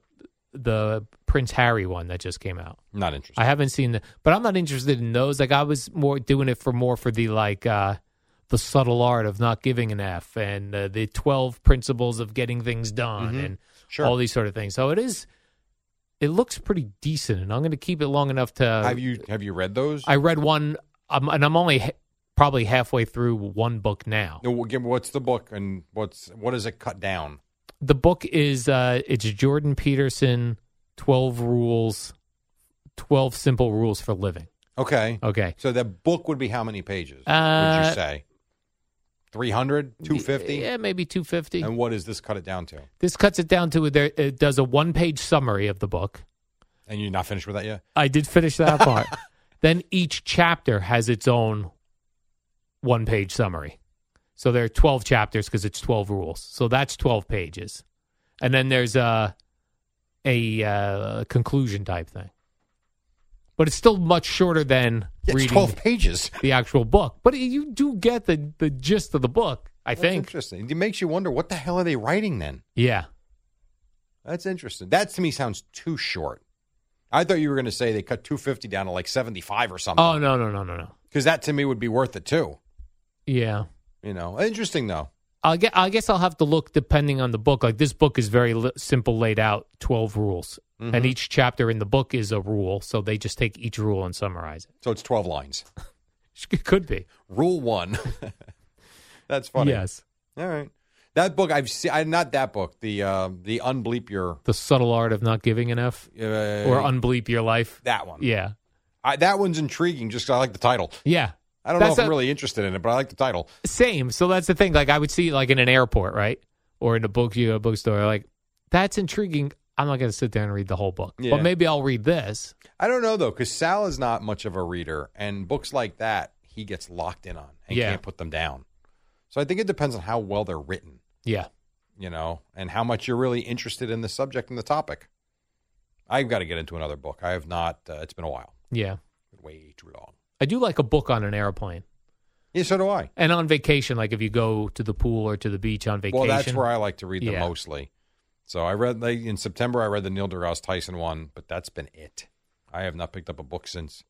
Speaker 2: the Prince Harry one that just came out.
Speaker 3: Not interested.
Speaker 2: I haven't seen the but I'm not interested in those. Like I was more doing it for more for the like uh the subtle art of not giving an F and uh, the 12 principles of getting things done and
Speaker 3: Mm-hmm. Sure.
Speaker 2: all these sort of things. So it is. It looks pretty decent, and I'm going to keep it long enough to.
Speaker 3: have you have you read those?
Speaker 2: Uh, I read one, um, and I'm only ha- probably halfway through one book now.
Speaker 3: No, well, give- What's the book and what's what does it cut down?
Speaker 2: The book is uh, it's Jordan Peterson, Twelve Rules, Twelve Simple Rules for Living.
Speaker 3: Okay.
Speaker 2: Okay,
Speaker 3: So that book would be how many pages? would
Speaker 2: Uh,
Speaker 3: you say 300, 250?
Speaker 2: yeah, maybe two fifty.
Speaker 3: And what does this cut it down to?
Speaker 2: This cuts it down to there. It does a one page summary of the book.
Speaker 3: And you're not finished with that yet?
Speaker 2: I did finish that part. then each chapter has its own one page summary. So there are 12 chapters because it's 12 rules. So that's 12 pages. And then there's a, a uh, conclusion type thing. but it's still much shorter than
Speaker 3: Yeah, it's
Speaker 2: reading
Speaker 3: twelve pages.
Speaker 2: the actual book. But you do get the, the gist of the book, I
Speaker 3: That's
Speaker 2: think.
Speaker 3: interesting. It makes you wonder what the hell are they writing then?
Speaker 2: Yeah.
Speaker 3: That's interesting. That to me sounds too short. I thought you were going to say they cut 250 down to like 75 or something.
Speaker 2: Oh no no no no no.
Speaker 3: Because that to me would be worth it too.
Speaker 2: Yeah.
Speaker 3: You know, interesting though.
Speaker 2: I'll get, I guess I'll have to look depending on the book. Like this book is very li- simple, laid out, twelve rules,
Speaker 3: Mm-hmm.
Speaker 2: and each chapter in the book is a rule. So they just take each rule and summarize it.
Speaker 3: So it's 12 lines.
Speaker 2: It could be.
Speaker 3: Rule one. That's funny.
Speaker 2: Yes,
Speaker 3: All right. That book I've seen. I, not that book. The uh, the unbleep your
Speaker 2: the subtle art of not giving an F
Speaker 3: uh,
Speaker 2: or unbleep your life.
Speaker 3: that one.
Speaker 2: Yeah,
Speaker 3: I, that one's intriguing. Just 'cause I like the title.
Speaker 2: yeah.
Speaker 3: I don't
Speaker 2: That's
Speaker 3: know if I'm
Speaker 2: a-
Speaker 3: really interested in it, but I like the title.
Speaker 2: Same. So that's the thing. Like I would see it, like in an airport, right, or in a book you know, bookstore. Like that's intriguing. I'm not going to sit down and read the whole book,
Speaker 3: Yeah.
Speaker 2: but maybe I'll read this.
Speaker 3: I don't know though, because Sal is not much of a reader, and books like that he gets locked in on and
Speaker 2: Yeah.
Speaker 3: can't put them down. So I think it depends on how well they're written,
Speaker 2: Yeah,
Speaker 3: you know, and how much you're really interested in the subject and the topic. I've got to get into another book. I have not. Uh, it's been a while.
Speaker 2: yeah.
Speaker 3: Been way too long.
Speaker 2: I do like a book on an airplane.
Speaker 3: Yeah, so do I.
Speaker 2: And on vacation, like if you go to the pool or to the beach on vacation.
Speaker 3: Well, that's where I like to read them
Speaker 2: Yeah.
Speaker 3: mostly. So I read like, in September. I read the Neil deGrasse Tyson one, but that's been it. I have not picked up a book since.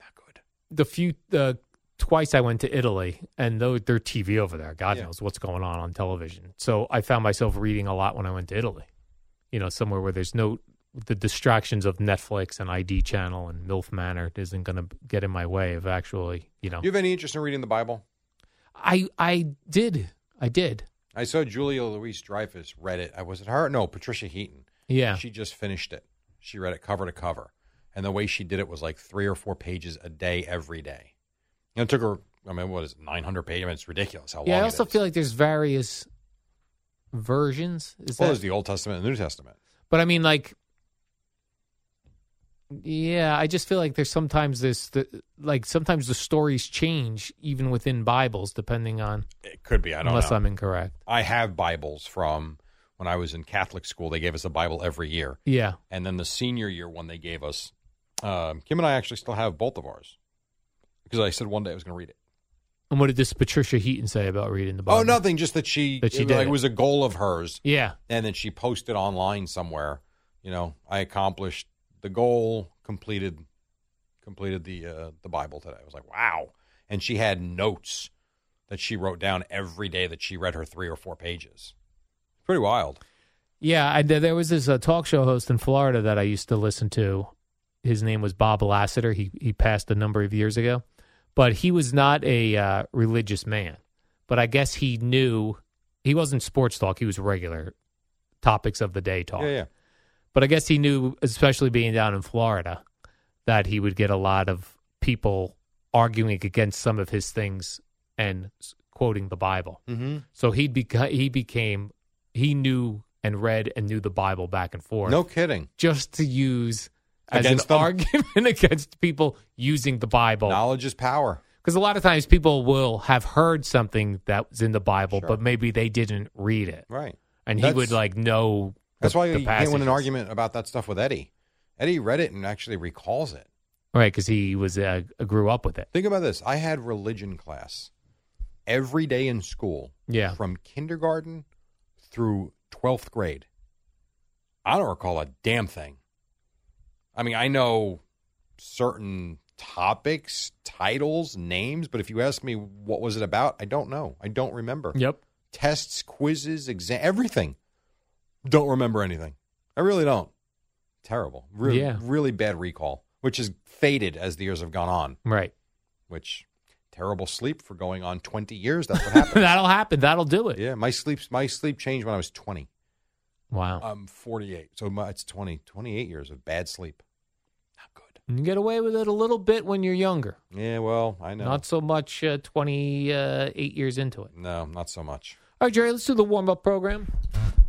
Speaker 3: Not good.
Speaker 2: the few uh, twice I went to Italy, and though their TV over there, God
Speaker 3: Yeah.
Speaker 2: knows what's going on on television. So I found myself reading a lot when I went to Italy. You know, somewhere where there's no the distractions of Netflix and ID Channel and MILF Manor isn't going to get in my way of actually, you know.
Speaker 3: You have any interest in reading the Bible?
Speaker 2: I I did, I did,
Speaker 3: I saw Julia Louise Dreyfus read it. I was it her? No, Patricia Heaton.
Speaker 2: yeah.
Speaker 3: She just finished it. She read it cover to cover. And the way she did it was like three or four pages a day every day. And it took her, I mean, what is it, 900 pages? I mean, it's ridiculous how
Speaker 2: yeah,
Speaker 3: long
Speaker 2: I also
Speaker 3: it is.
Speaker 2: feel like there's various versions. Is that
Speaker 3: well, there's the Old Testament and the New Testament.
Speaker 2: But I mean, like, yeah, I just feel like there's sometimes this, the, like, sometimes the stories change even within Bibles, depending on,
Speaker 3: It could be. I don't
Speaker 2: unless
Speaker 3: know.
Speaker 2: I'm incorrect.
Speaker 3: I have Bibles from when I was in Catholic school. They gave us a Bible every year.
Speaker 2: Yeah.
Speaker 3: And then the senior year one they gave us, um, Kim and I actually still have both of ours because I said one day I was going to read it.
Speaker 2: And what did this Patricia Heaton say about reading the Bible?
Speaker 3: Oh, nothing. Just that she,
Speaker 2: That she
Speaker 3: it,
Speaker 2: did
Speaker 3: like,
Speaker 2: it.
Speaker 3: was a goal of hers,
Speaker 2: Yeah.
Speaker 3: and then she posted online somewhere. You know, I accomplished the goal, completed, completed the uh, the Bible today. I was like, wow. And she had notes that she wrote down every day that she read her three or four pages. Pretty wild.
Speaker 2: Yeah, I, there there was this uh, talk show host in Florida that I used to listen to. His name was Bob Lassiter. He he passed a number of years ago, but he was not a uh, religious man. But I guess he knew he wasn't sports talk. He was regular topics of the day talk.
Speaker 3: Yeah, yeah.
Speaker 2: But I guess he knew, especially being down in Florida, that he would get a lot of people arguing against some of his things and s- quoting the Bible.
Speaker 3: Mm-hmm.
Speaker 2: So he'd beca- he became he knew and read and knew the Bible back and forth.
Speaker 3: No kidding.
Speaker 2: just to use as
Speaker 3: Against
Speaker 2: an
Speaker 3: them?
Speaker 2: argument against people using the Bible.
Speaker 3: Knowledge is power.
Speaker 2: Because a lot of times people will have heard something that was in the Bible,
Speaker 3: Sure.
Speaker 2: but maybe they didn't read it,
Speaker 3: Right.
Speaker 2: and he
Speaker 3: That's-
Speaker 2: would like know. the-
Speaker 3: That's why
Speaker 2: the
Speaker 3: you can't win
Speaker 2: passages.
Speaker 3: an argument about that stuff with Eddie. Eddie read it and actually recalls it.
Speaker 2: right? Because he was uh, grew up with it.
Speaker 3: Think about this. I had religion class every day in school
Speaker 2: Yeah.
Speaker 3: from kindergarten through 12th grade. I don't recall a damn thing. I mean, I know certain topics, titles, names, but if you ask me what was it about, I don't know. I don't remember.
Speaker 2: Yep.
Speaker 3: Tests, quizzes, exam, everything. Don't remember anything. I really don't. Terrible. Really,
Speaker 2: Yeah.
Speaker 3: really bad recall, which has faded as the years have gone on
Speaker 2: Right.
Speaker 3: which terrible sleep for going on 20 years. That's what happened.
Speaker 2: That'll happen. That'll do it.
Speaker 3: yeah, my sleep my sleep changed when I was 20.
Speaker 2: Wow.
Speaker 3: I'm 48, so my, it's 20, 28 years of bad sleep. Not good.
Speaker 2: you get away with it a little bit when you're younger.
Speaker 3: Yeah, well, I know.
Speaker 2: Not so much uh, 28 years into it.
Speaker 3: no, not so much.
Speaker 2: All right, Jerry, let's do the warm up program.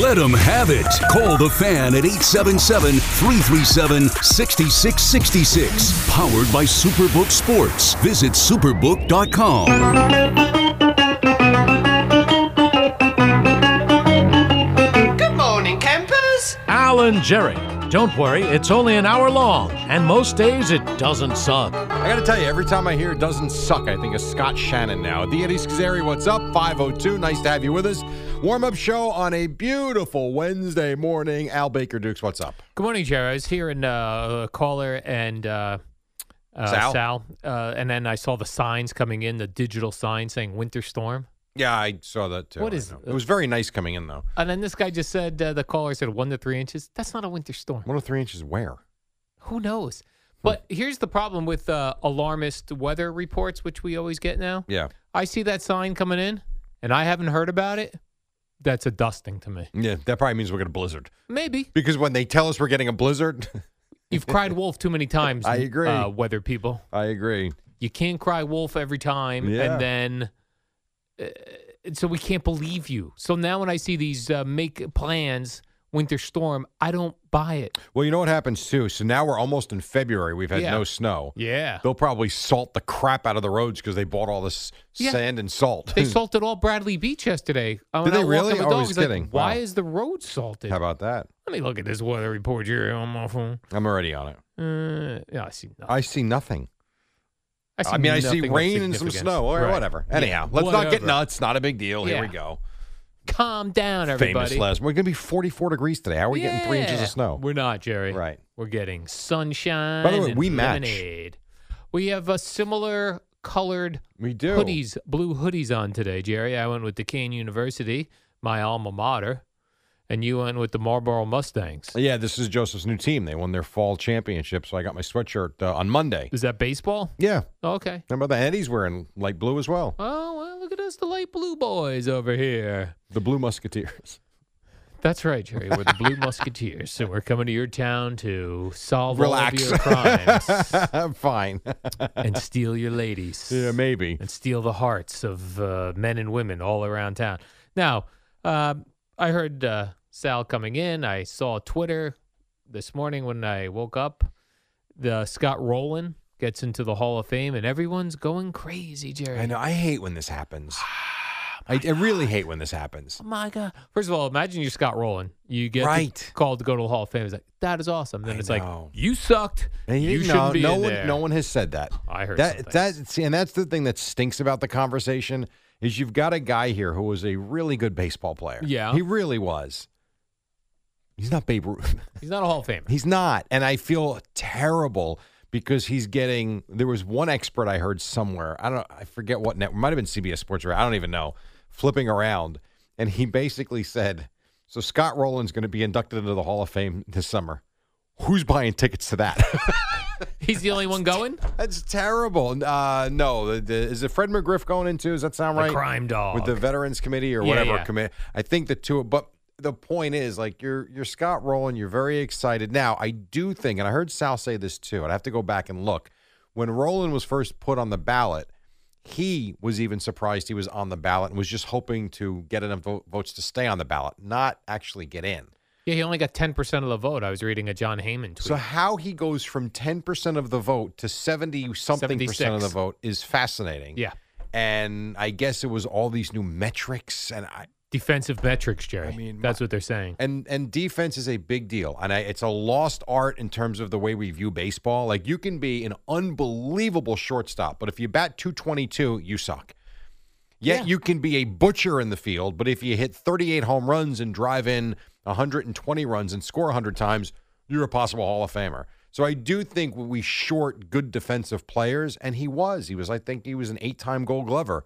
Speaker 4: Let them have it. Call the fan at 877 337 6666. Powered by Superbook Sports. Visit superbook.com.
Speaker 5: Good morning, campers.
Speaker 6: Alan Jerry. Don't worry, it's only an hour long, and most days it doesn't suck.
Speaker 3: I got to tell you, every time I hear it doesn't suck, I think of Scott Shannon now. The Eddie Scazzeri, what's up? 502. Nice to have you with us. Warm up show on a beautiful Wednesday morning. Al Baker Dukes, what's up?
Speaker 2: Good morning, Jerry. I was hearing uh, a caller and uh, uh,
Speaker 3: Sal?
Speaker 2: uh, and then I saw the signs coming in, the digital sign saying "winter storm,"
Speaker 3: Yeah, I saw that too.
Speaker 2: What
Speaker 3: I
Speaker 2: is-
Speaker 3: know. It was very nice coming in, though.
Speaker 2: and then this guy just said uh, the caller said one to three inches. That's not a winter storm.
Speaker 3: One or three inches where?
Speaker 2: Who
Speaker 3: Hmm.
Speaker 2: knows? But here's the problem with uh, alarmist weather reports, which we always get now.
Speaker 3: Yeah.
Speaker 2: I see that sign coming in, and I haven't heard about it. That's a dusting to me.
Speaker 3: Yeah, that probably means we're going to blizzard.
Speaker 2: Maybe
Speaker 3: Because when they tell us we're getting a blizzard,
Speaker 2: you've cried wolf too many times.
Speaker 3: I agree.
Speaker 2: Uh, weather people.
Speaker 3: I agree.
Speaker 2: you can't cry wolf every time
Speaker 3: Yeah.
Speaker 2: and then uh, so we can't believe you so now when i see these uh, make plans winter storm i don't buy it
Speaker 3: Well, you know what happens too? So now we're almost in February. We've had
Speaker 2: Yeah.
Speaker 3: no snow.
Speaker 2: yeah
Speaker 3: They'll probably salt the crap out of the roads because they bought all this
Speaker 2: Yeah.
Speaker 3: sand and salt.
Speaker 2: they salted all bradley beach yesterday Uh, when
Speaker 3: Did
Speaker 2: I
Speaker 3: they
Speaker 2: walked
Speaker 3: really?
Speaker 2: my
Speaker 3: Oh, I
Speaker 2: dog,
Speaker 3: was
Speaker 2: he's
Speaker 3: kidding.
Speaker 2: like, why
Speaker 3: Wow.
Speaker 2: is the road salted
Speaker 3: How about that?
Speaker 2: let me look at this weather report here on my phone
Speaker 3: I'm already on it.
Speaker 2: uh, yeah i see nothing
Speaker 3: I see nothing.
Speaker 2: see
Speaker 3: I mean, I see
Speaker 2: nothing of
Speaker 3: rain and some
Speaker 2: significance.
Speaker 3: snow or
Speaker 2: Right.
Speaker 3: whatever.
Speaker 2: Yeah,
Speaker 3: Anyhow, let's not get
Speaker 2: whatever.
Speaker 3: nuts. Not a big deal. Here we
Speaker 2: Yeah.
Speaker 3: go.
Speaker 2: calm down everybody
Speaker 3: Famous last. We're going to be 44 degrees today. How are we getting three inches
Speaker 2: Yeah.
Speaker 3: of snow?
Speaker 2: We're not, Jerry.
Speaker 3: Right.
Speaker 2: We're getting sunshine.
Speaker 3: By the way,
Speaker 2: and
Speaker 3: we match.
Speaker 2: lemonade. We have a similar colored
Speaker 3: we do.
Speaker 2: hoodies, blue hoodies on today, Jerry. I went with Duquesne University, my alma mater, and you went with the Marlboro Mustangs.
Speaker 3: Yeah, this is Joseph's new team. They won their fall championship, so I got my sweatshirt uh, on Monday.
Speaker 2: Is that baseball?
Speaker 3: Yeah.
Speaker 2: Okay.
Speaker 3: How about that? And he's wearing light blue as well.
Speaker 2: Oh, well, look at us, the light blue boys over here.
Speaker 3: The Blue Musketeers.
Speaker 2: That's right, Jerry. We're the Blue Musketeers, and we're coming to your town to solve
Speaker 3: Relax.
Speaker 2: all of your crimes
Speaker 3: Fine.
Speaker 2: and steal your ladies.
Speaker 3: yeah, maybe.
Speaker 2: and steal the hearts of uh, men and women all around town. Now, uh, I heard uh, Sal coming in. I saw Twitter this morning when I woke up. The Scott Rowland gets into the Hall of Fame, and everyone's going crazy, Jerry.
Speaker 3: I know. I hate when this happens. I, I really hate when this happens.
Speaker 2: Oh my God! First of all, imagine you're Scott Rowland. You get the
Speaker 3: Right.
Speaker 2: called to go to the Hall of Fame. It's like that is awesome. Then
Speaker 3: I
Speaker 2: it's
Speaker 3: know.
Speaker 2: like you sucked.
Speaker 3: And
Speaker 2: you
Speaker 3: you
Speaker 2: shouldn't
Speaker 3: know,
Speaker 2: be
Speaker 3: no
Speaker 2: in
Speaker 3: one,
Speaker 2: there.
Speaker 3: no one has said that.
Speaker 2: I heard
Speaker 3: that.
Speaker 2: something.
Speaker 3: That see, and that's the thing that stinks about the conversation is you've got a guy here who was a really good baseball player.
Speaker 2: Yeah.
Speaker 3: he really was. He's not Babe Ruth.
Speaker 2: He's not a Hall of Famer.
Speaker 3: He's not. And I feel terrible because he's getting. There was one expert I heard somewhere. I don't. I forget what net. Might have been CBS Sports. Or I don't even know. Flipping around, and he basically said, "So Scott Rowland's going to be inducted into the Hall of Fame this summer. Who's buying tickets to that?"
Speaker 2: He's the only one going.
Speaker 3: That's terrible. Uh, no, the, the, is it Fred McGriff going into? Does that sound
Speaker 2: The
Speaker 3: right?
Speaker 2: crime dog.
Speaker 3: with the Veterans Committee or
Speaker 2: Yeah,
Speaker 3: whatever
Speaker 2: yeah.
Speaker 3: committee. I think the two. But the point is, like you're you're Scott Rowland. You're very excited now. I do think, and I heard Sal say this too. and I have to go back and look when Rowland was first put on the ballot. he was even surprised he was on the ballot and was just hoping to get enough vo- votes to stay on the ballot, not actually get in.
Speaker 2: Yeah, he only got 10% of the vote. I was reading a John Heyman tweet.
Speaker 3: So how he goes from 10% of the vote to 70 something percent
Speaker 2: 76.
Speaker 3: of the vote is fascinating.
Speaker 2: yeah.
Speaker 3: And I guess it was all these new metrics and I
Speaker 2: Defensive metrics, Jerry.
Speaker 3: I mean,
Speaker 2: that's what they're saying.
Speaker 3: and and defense is a big deal and I, it's a lost art in terms of the way we view baseball like you can be an unbelievable shortstop but if you bat 222 you suck yet you can be a butcher in the field but if you hit 38 home runs and drive in 120 runs and score 100 times you're a possible hall of famer so i do think we short good defensive players and he was he was i think he was an eight-time gold glover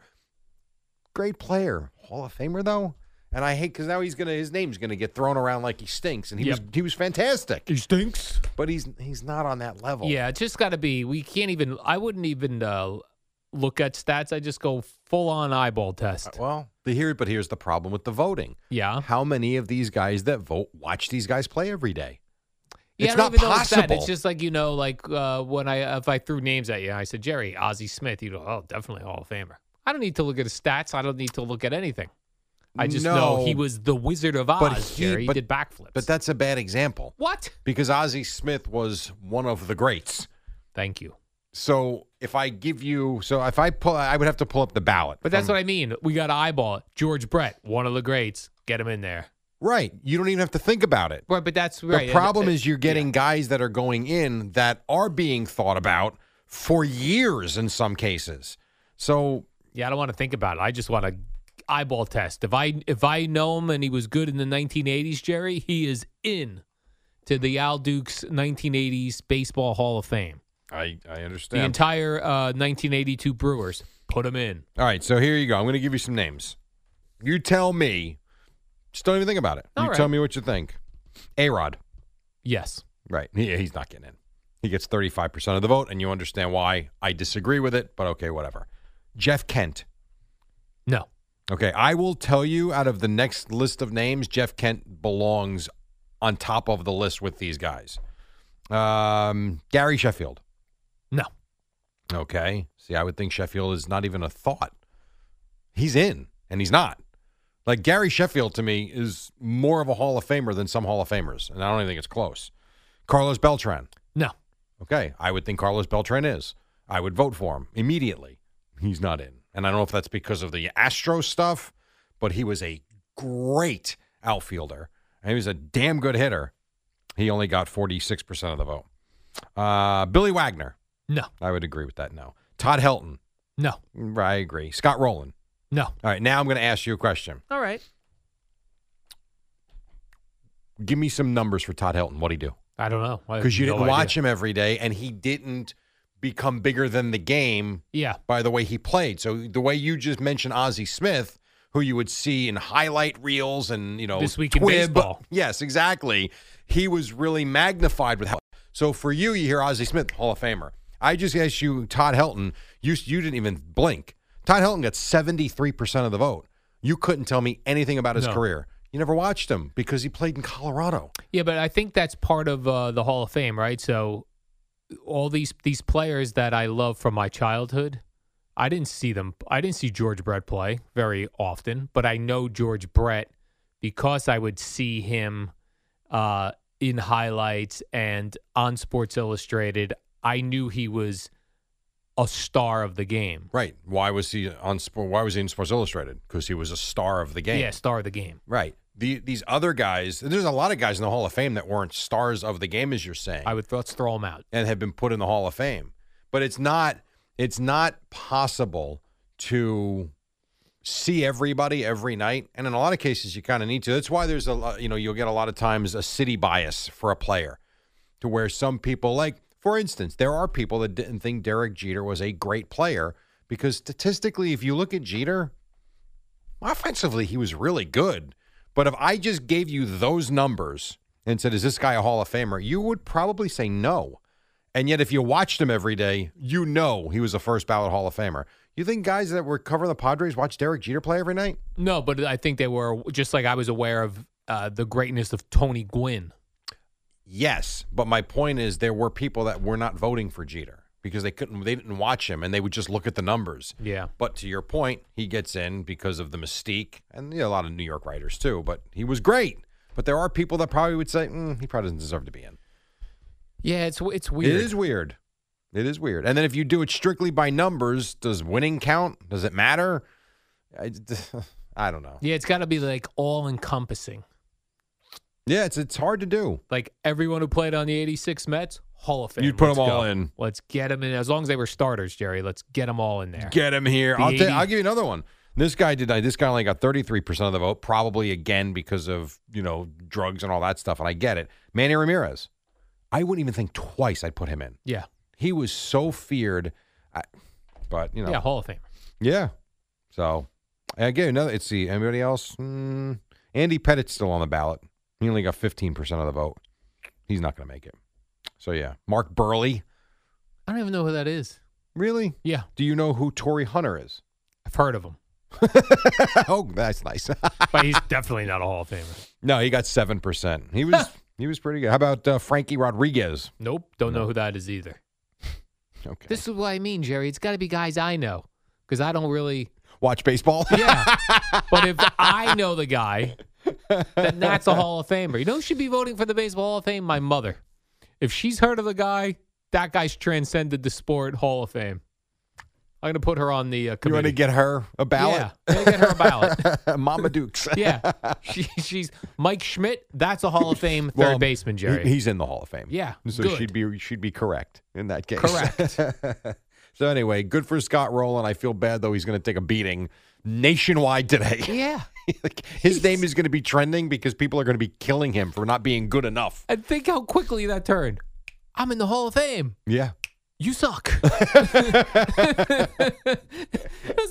Speaker 3: great player, Hall of Famer though. And I hate because now he's gonna his name's gonna get thrown around like he stinks, and he was
Speaker 2: Yep.
Speaker 3: he was fantastic,
Speaker 2: He stinks.
Speaker 3: but he's he's not on that level.
Speaker 2: Yeah, it's just got to be. We can't even. I wouldn't even uh, look at stats. I just go full on eyeball test.
Speaker 3: Uh, Well, the here but here's the problem with the voting.
Speaker 2: yeah.
Speaker 3: How many of these guys that vote watch these guys play every day?
Speaker 2: Yeah,
Speaker 3: it's
Speaker 2: I don't
Speaker 3: not
Speaker 2: even know it's that. It's
Speaker 3: possible.
Speaker 2: just like you know, like uh, when I if I threw names at you, and I said Jerry Ozzie Smith. You go, oh, definitely Hall of Famer. I don't need to look at his stats. I don't need to look at anything. I just know
Speaker 3: No,
Speaker 2: he was the Wizard of Oz.
Speaker 3: but he-
Speaker 2: Jerry He
Speaker 3: but-
Speaker 2: did backflips.
Speaker 3: But that's a bad example
Speaker 2: what?
Speaker 3: because Ozzie Smith was one of the greats.
Speaker 2: Thank you.
Speaker 3: So if I give you, so if I pull, I would have to pull up the ballot.
Speaker 2: But that's what I mean. We got to eyeball it. George Brett, one of the greats. Get him in there.
Speaker 3: right. You don't even have to think about it.
Speaker 2: Right, but that's right.
Speaker 3: The problem is you're getting guys that are going in that are being thought about for years in some cases. So
Speaker 2: Yeah, I don't want to think about it. I just want to eyeball test. If I if I know him and he was good in the 1980s, Jerry, he is in to the Al Dukes 1980s Baseball Hall of Fame.
Speaker 3: I, I
Speaker 2: The
Speaker 3: understand.
Speaker 2: entire uh, 1982 Brewers put him in.
Speaker 3: All right, so here you go. I'm going to give you some names. You tell me. Just don't even think about it.
Speaker 2: All
Speaker 3: you
Speaker 2: right.
Speaker 3: tell me what you think. A Rod.
Speaker 2: Yes.
Speaker 3: Right. He, he's not getting in. He gets 35% of the vote, and you understand why I disagree with it, but okay, whatever. Jeff Kent.
Speaker 2: No.
Speaker 3: Okay, I will tell you out of the next list of names, Jeff Kent belongs on top of the list with these guys. Um, Gary Sheffield.
Speaker 2: No.
Speaker 3: Okay. See, I would think Sheffield is not even a thought. He's in, and he's not. Like Gary Sheffield to me is more of a Hall of Famer than some Hall of Famers, and I don't even think it's close. Carlos Beltran.
Speaker 2: No.
Speaker 3: Okay, I would think Carlos Beltran is. I would vote for him immediately. He's not in. And I don't know if that's because of the Astro stuff, but he was a great outfielder. And he was a damn good hitter. He only got 46% of the vote. Uh, Billy Wagner.
Speaker 2: No.
Speaker 3: I would agree with that No. Todd Helton. mm,
Speaker 2: No.
Speaker 3: I agree. Scott Rowland.
Speaker 2: No.
Speaker 3: All right, now I'm going to ask you a question.
Speaker 2: All right.
Speaker 3: Give me some numbers for Todd Helton. What'd he do?
Speaker 2: I don't know. I have
Speaker 3: Because you
Speaker 2: no
Speaker 3: didn't
Speaker 2: idea.
Speaker 3: watch him every day, and he didn't become bigger than the game
Speaker 2: Yeah.
Speaker 3: by the way he played. So the way you just mentioned Ozzie Smith, who you would see in highlight reels and you know
Speaker 2: This Week in
Speaker 3: twib.
Speaker 2: Baseball.
Speaker 3: Yes, exactly. He was really magnified with how. So for you, you hear Ozzie Smith, Hall of Famer. I just asked you, Todd Helton. You you didn't even blink. Todd Helton got seventy three percent of the vote. You couldn't tell me anything about his
Speaker 2: No.
Speaker 3: career. You never watched him because he played in Colorado.
Speaker 2: Yeah, but I think that's part of uh, the Hall of Fame, right? So all these these players that I love from my childhood, I didn't see them. I didn't see George Brett play very often, but I know George Brett because I would see him uh, in highlights and on Sports Illustrated. I knew he was a star of the game.
Speaker 3: Right? Why was he on? Sp- Why was he in Sports Illustrated? Because he was a star of the game.
Speaker 2: Yeah, star of the game.
Speaker 3: Right. The, these other guys, there's a lot of guys in the Hall of Fame that weren't stars of the game, as you're saying,
Speaker 2: I would let's throw him out.
Speaker 3: and have been put in the Hall of Fame. But it's not it's not possible to see everybody every night, and in a lot of cases, you kind of need to. That's why there's a lot, you know you'll get a lot of times a city bias for a player, to where some people like, for instance, there are people that didn't think Derek Jeter was a great player because statistically, if you look at Jeter, offensively he was really good. But if I just gave you those numbers and said, is this guy a Hall of Famer? You would probably say no. And yet, if you watched him every day, you know he was a first ballot Hall of Famer. You think guys that were covering the Padres watch Derek Jeter play every night?
Speaker 2: No, but I think they were just like I was aware of uh, the greatness of Tony Gwynn.
Speaker 3: Yes. But my point is, there were people that were not voting for Jeter because they couldn't they didn't watch him and they would just look at the numbers.
Speaker 2: Yeah.
Speaker 3: But to your point, he gets in because of the mystique and you know, a lot of New York writers too. But he was great. But there are people that probably would say mm, he probably doesn't deserve to be in.
Speaker 2: Yeah, it's it's weird.
Speaker 3: It is weird. It is weird. And then if you do it strictly by numbers, does winning count? Does it matter? I, I don't know.
Speaker 2: Yeah, it's got to be like all encompassing.
Speaker 3: Yeah, it's it's hard to do.
Speaker 2: Like everyone who played on the '86 Mets, Hall of Fame.
Speaker 3: You'd put
Speaker 2: Let's
Speaker 3: 'em all
Speaker 2: go.
Speaker 3: in.
Speaker 2: Let's get them in. As long as they were starters, Jerry. Let's get them all in there.
Speaker 3: Get him here.
Speaker 2: The
Speaker 3: I'll, ta-
Speaker 2: 80.
Speaker 3: I'll give you another one. This guy did. This guy only got thirty three percent of the vote, probably again because of you know drugs and all that stuff. And I get it. Manny Ramirez. I wouldn't even think twice. I'd put him in.
Speaker 2: yeah,
Speaker 3: He was so feared. I, but you know,
Speaker 2: yeah, Hall of Fame.
Speaker 3: Yeah. So again, another. It's see anybody else. Mm, Andy Pettit's still on the ballot. He only got fifteen percent of the vote. He's not going to make it. So yeah, Mark Burley.
Speaker 2: I don't even know who that is.
Speaker 3: Really?
Speaker 2: Yeah,
Speaker 3: Do you know who Tory Hunter is?
Speaker 2: I've heard of him,
Speaker 3: oh, that's nice.
Speaker 2: but he's definitely not a Hall of Famer.
Speaker 3: no, he got seven percent. He was he was pretty good. How about uh, Frankie Rodriguez?
Speaker 2: Nope, don't know who that is either.
Speaker 3: Okay.
Speaker 2: This is what I mean, Jerry. It's got to be guys I know because I don't really.
Speaker 3: Watch baseball.
Speaker 2: Yeah, but if I know the guy, then that's a Hall of Famer. You know, who should be voting for the Baseball Hall of Fame. My mother, if she's heard of the guy, that guy's transcended the sport Hall of Fame. I'm gonna put her on the uh,
Speaker 3: you want
Speaker 2: committee.
Speaker 3: to get her a ballot?
Speaker 2: Yeah, I'm gonna get her a ballot.
Speaker 3: Mama Dukes.
Speaker 2: Yeah, she, she's Mike Schmidt. That's a Hall of Fame third
Speaker 3: Well,
Speaker 2: baseman, Jerry.
Speaker 3: he- he's in the Hall of Fame.
Speaker 2: Yeah,
Speaker 3: so
Speaker 2: good.
Speaker 3: she'd be she'd be correct in that case.
Speaker 2: Correct.
Speaker 3: so anyway, good for Scott Rowland. I feel bad though; he's going to take a beating nationwide today.
Speaker 2: yeah,
Speaker 3: Like, His name is going to be trending because people are going to be killing him for not being good enough.
Speaker 2: and think how quickly that turned. I'm in the Hall of Fame.
Speaker 3: Yeah,
Speaker 2: You suck. Doesn't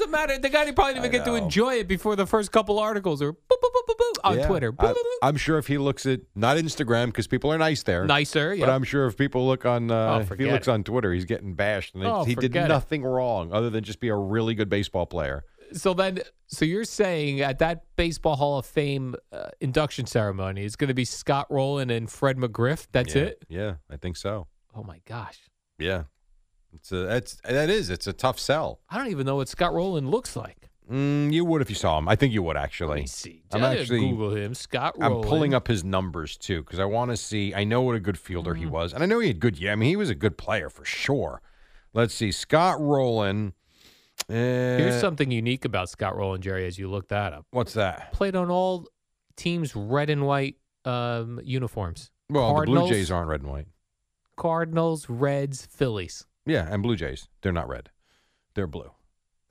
Speaker 2: matter. The guy probably didn't even get to enjoy it before the first couple articles or boop, boop, boop, boop, boop, on
Speaker 3: Yeah.
Speaker 2: Twitter. Boop,
Speaker 3: I,
Speaker 2: boop, boop.
Speaker 3: am sure if he looks at not Instagram because people are nice there,
Speaker 2: Nicer. Yeah.
Speaker 3: But I'm sure if people look on,
Speaker 2: Oh,
Speaker 3: uh, if he
Speaker 2: forget
Speaker 3: looks
Speaker 2: it.
Speaker 3: on Twitter, he's getting bashed, and
Speaker 2: Oh,
Speaker 3: he did
Speaker 2: forget it.
Speaker 3: nothing wrong other than just be a really good baseball player.
Speaker 2: so then, so you're saying at that Baseball Hall of Fame uh, induction ceremony, it's going to be Scott Rowland and Fred McGriff. That's
Speaker 3: Yeah.
Speaker 2: it.
Speaker 3: Yeah, I think so.
Speaker 2: Oh my gosh.
Speaker 3: Yeah. It's a that's that is it's a tough sell.
Speaker 2: I don't even know what Scott Rowland looks like.
Speaker 3: Mm, you would if you saw him. I think you would actually.
Speaker 2: Let me see.
Speaker 3: I'm
Speaker 2: Gotta
Speaker 3: actually
Speaker 2: Google him. Scott
Speaker 3: I'm
Speaker 2: Rowland.
Speaker 3: pulling up his numbers too because I want to see. I know what a good fielder
Speaker 2: Mm-hmm.
Speaker 3: he was, and I know he had good. Yeah, I mean he was a good player for sure. Let's see, Scott Rowland. Uh,
Speaker 2: Here's something unique about Scott Rowland, Jerry, as you look that up.
Speaker 3: What's that?
Speaker 2: Played on all teams' red and white um, uniforms.
Speaker 3: Well,
Speaker 2: Cardinals,
Speaker 3: the Blue Jays aren't red and white.
Speaker 2: Cardinals, Reds, Phillies.
Speaker 3: Yeah, and Blue Jays they're not red, they're blue.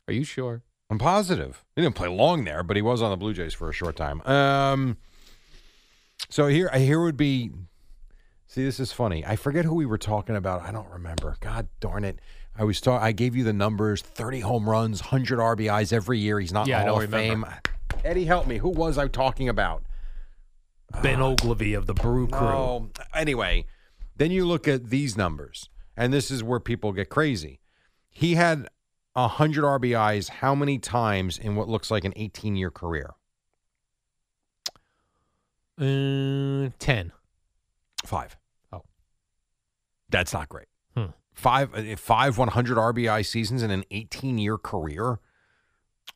Speaker 2: Are you sure?
Speaker 3: I'm positive. He didn't play long there, but he was on the Blue Jays for a short time. Um, so here, here would be. See, this is funny. I forget who we were talking about. I don't remember. God darn it! I was talking. I gave you the numbers: thirty home runs, hundred RBIs every year. He's not
Speaker 2: Yeah,
Speaker 3: in
Speaker 2: I
Speaker 3: the Hall
Speaker 2: don't
Speaker 3: of Fame. Eddie, help me. Who was I talking about?
Speaker 2: Ben Ogilvy of the Brew Crew.
Speaker 3: No. Anyway, then you look at these numbers, and this is where people get crazy. He had 100 RBIs how many times in what looks like an 18 year career?
Speaker 2: Uh, ten.
Speaker 3: Five.
Speaker 2: Oh.
Speaker 3: That's not great.
Speaker 2: Hmm.
Speaker 3: Five, uh, five 100 RBI seasons in an 18 year career.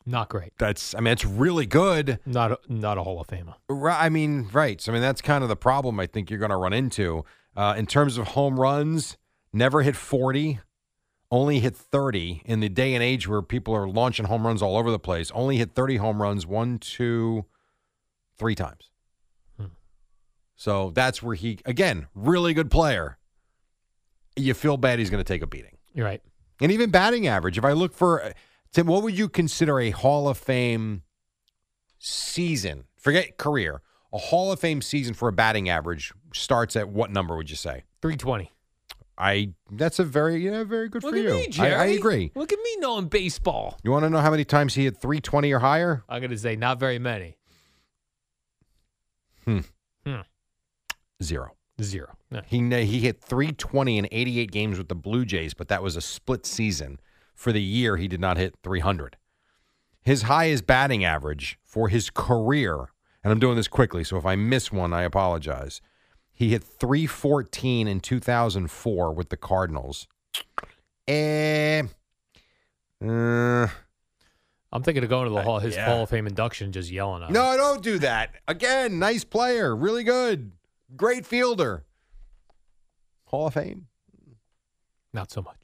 Speaker 2: Not great.
Speaker 3: That's, I mean, that's really good.
Speaker 2: Not a, not a Hall of Famer.
Speaker 3: Ri- I mean, right. So, I mean, that's kind of the problem I think you're going to run into. Uh, in terms of home runs, never hit 40, only hit 30 in the day and age where people are launching home runs all over the place. Only hit 30 home runs one, two, three times. So that's where he, again, really good player. You feel bad he's going to take a beating.
Speaker 2: You're right.
Speaker 3: And even batting average. If I look for uh, Tim, what would you consider a Hall of Fame season? Forget career. A Hall of Fame season for a batting average starts at what number would you say?
Speaker 2: Three twenty.
Speaker 3: I that's a very yeah, very good
Speaker 2: Look
Speaker 3: for
Speaker 2: at
Speaker 3: you.
Speaker 2: me,
Speaker 3: I,
Speaker 2: Jerry.
Speaker 3: I agree.
Speaker 2: Look at me knowing baseball.
Speaker 3: You want to know how many times he hit 320 or higher?
Speaker 2: I'm gonna say not very many.
Speaker 3: Zero.
Speaker 2: Zero. No.
Speaker 3: He ne- he hit 320 in 88 games with the Blue Jays, but that was a split season. For the year, he did not hit 300. His highest batting average for his career, and I'm doing this quickly, so if I miss one, I apologize. He hit 314 in 2004 with the Cardinals Eh. Uh,
Speaker 2: I'm thinking of going to the hall, his
Speaker 3: yeah.
Speaker 2: Hall of Fame induction, just yelling at him.
Speaker 3: no, don't do that. Again, nice player, really good, great fielder. Hall of Fame.
Speaker 2: Not so much.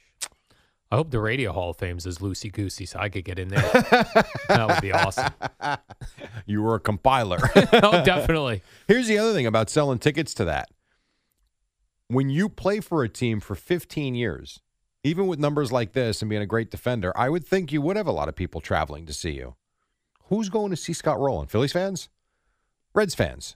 Speaker 2: I hope the Radio Hall of Fame's is loosey goosey so I could get in there. that would be awesome.
Speaker 3: You were a compiler.
Speaker 2: oh, definitely.
Speaker 3: Here's the other thing about selling tickets to that. When you play for a team for 15 years, even with numbers like this and being a great defender, I would think you would have a lot of people traveling to see you. Who's going to see Scott Rowland? Phillies fans? Reds fans?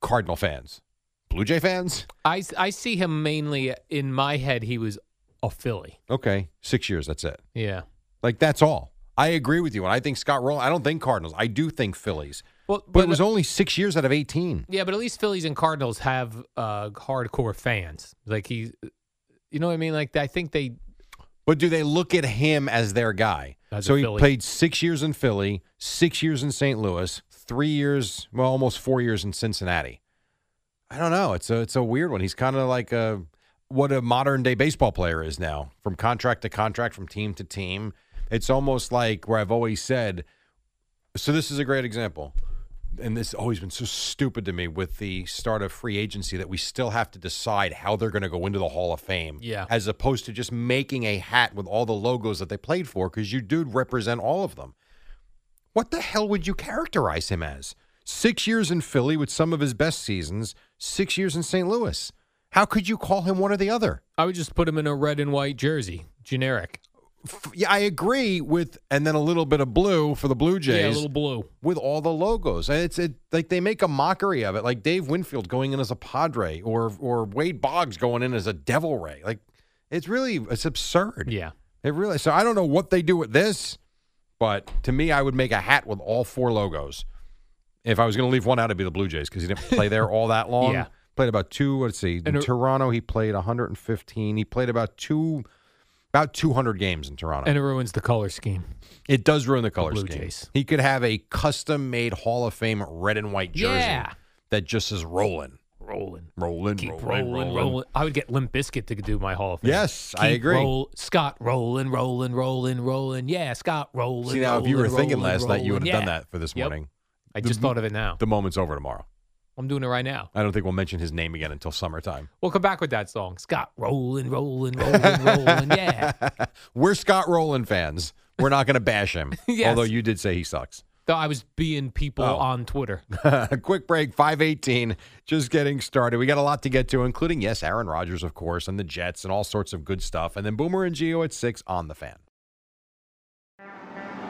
Speaker 3: Cardinal fans? Blue Jay fans?
Speaker 2: I, s- I see him mainly uh, in my head. He was a Philly.
Speaker 3: Okay, six years, that's it.
Speaker 2: Yeah.
Speaker 3: Like, that's all. I agree with you. And I think Scott Rowland, I don't think Cardinals. I do think Phillies.
Speaker 2: Well,
Speaker 3: But it was only six years out of 18.
Speaker 2: yeah, but at least Phillies and Cardinals have uh, hardcore fans. Like he, you know what I mean? Like I think they
Speaker 3: But do they look at him as their guy?
Speaker 2: As
Speaker 3: so
Speaker 2: a
Speaker 3: he
Speaker 2: Philly.
Speaker 3: played six years in Philly, six years in St. Louis, three years, well, almost four years in Cincinnati. I don't know. It's a it's a weird one. He's kind of like a what a modern day baseball player is now, from contract to contract, from team to team. It's almost like where I've always said. So this is a great example, and this has always been so stupid to me with the start of free agency that we still have to decide how they're going to go into the Hall of Fame
Speaker 2: Yeah.
Speaker 3: as opposed to just making a hat with all the logos that they played for because you do represent all of them. What the hell would you characterize him as? Six years in Philly with some of his best seasons, six years in St. Louis. How could you call him one or the other?
Speaker 2: I would just put him in a red and white jersey, generic.
Speaker 3: F- Yeah, I agree with, and then a little bit of blue for the Blue Jays.
Speaker 2: Yeah, a little blue.
Speaker 3: with all the logos. And it's it, like they make a mockery of it, like Dave Winfield going in as a Padre or or Wade Boggs going in as a Devil Ray. Like it's really it's absurd.
Speaker 2: Yeah.
Speaker 3: It really so I don't know what they do with this, but to me I would make a hat with all four logos. If I was going to leave one out, it'd be the Blue Jays because he didn't play there all that long.
Speaker 2: Yeah.
Speaker 3: Played about two. Let's see. In
Speaker 2: And a-
Speaker 3: Toronto, he played 115. He played about two, about 200 games in Toronto.
Speaker 2: And it ruins the color scheme.
Speaker 3: It does ruin the color
Speaker 2: Blue
Speaker 3: scheme.
Speaker 2: Jays.
Speaker 3: He could have a custom made Hall of Fame red and white jersey
Speaker 2: Yeah.
Speaker 3: that just is rolling,
Speaker 2: Rolling.
Speaker 3: rolling,
Speaker 2: Keep
Speaker 3: rolling,
Speaker 2: rolling, rolling, I would get Limp Biscuit to do my Hall of Fame.
Speaker 3: Yes, I
Speaker 2: Keep
Speaker 3: agree.
Speaker 2: Roll, Scott rolling, rolling, rolling, rolling. Yeah, Scott rolling.
Speaker 3: See now, if you were
Speaker 2: rolling,
Speaker 3: thinking
Speaker 2: rolling,
Speaker 3: last night, you would have
Speaker 2: rolling.
Speaker 3: done
Speaker 2: Yeah.
Speaker 3: that for this
Speaker 2: Yep.
Speaker 3: morning.
Speaker 2: I just thought of it now.
Speaker 3: The moment's over tomorrow.
Speaker 2: I'm doing it right now.
Speaker 3: I don't think we'll mention his name again until summertime.
Speaker 2: We'll come back with that song. Scott rolling, rolling, rolling, rolling. Yeah.
Speaker 3: We're Scott Rowland fans. We're not going to bash him,
Speaker 2: Yes.
Speaker 3: although you did say he sucks.
Speaker 2: Though I was being people
Speaker 3: Oh.
Speaker 2: on Twitter.
Speaker 3: Quick break, 518, just getting started. We got a lot to get to, including, yes, Aaron Rodgers, of course, and the Jets and all sorts of good stuff. And then Boomer and Geo at 6 on the fan.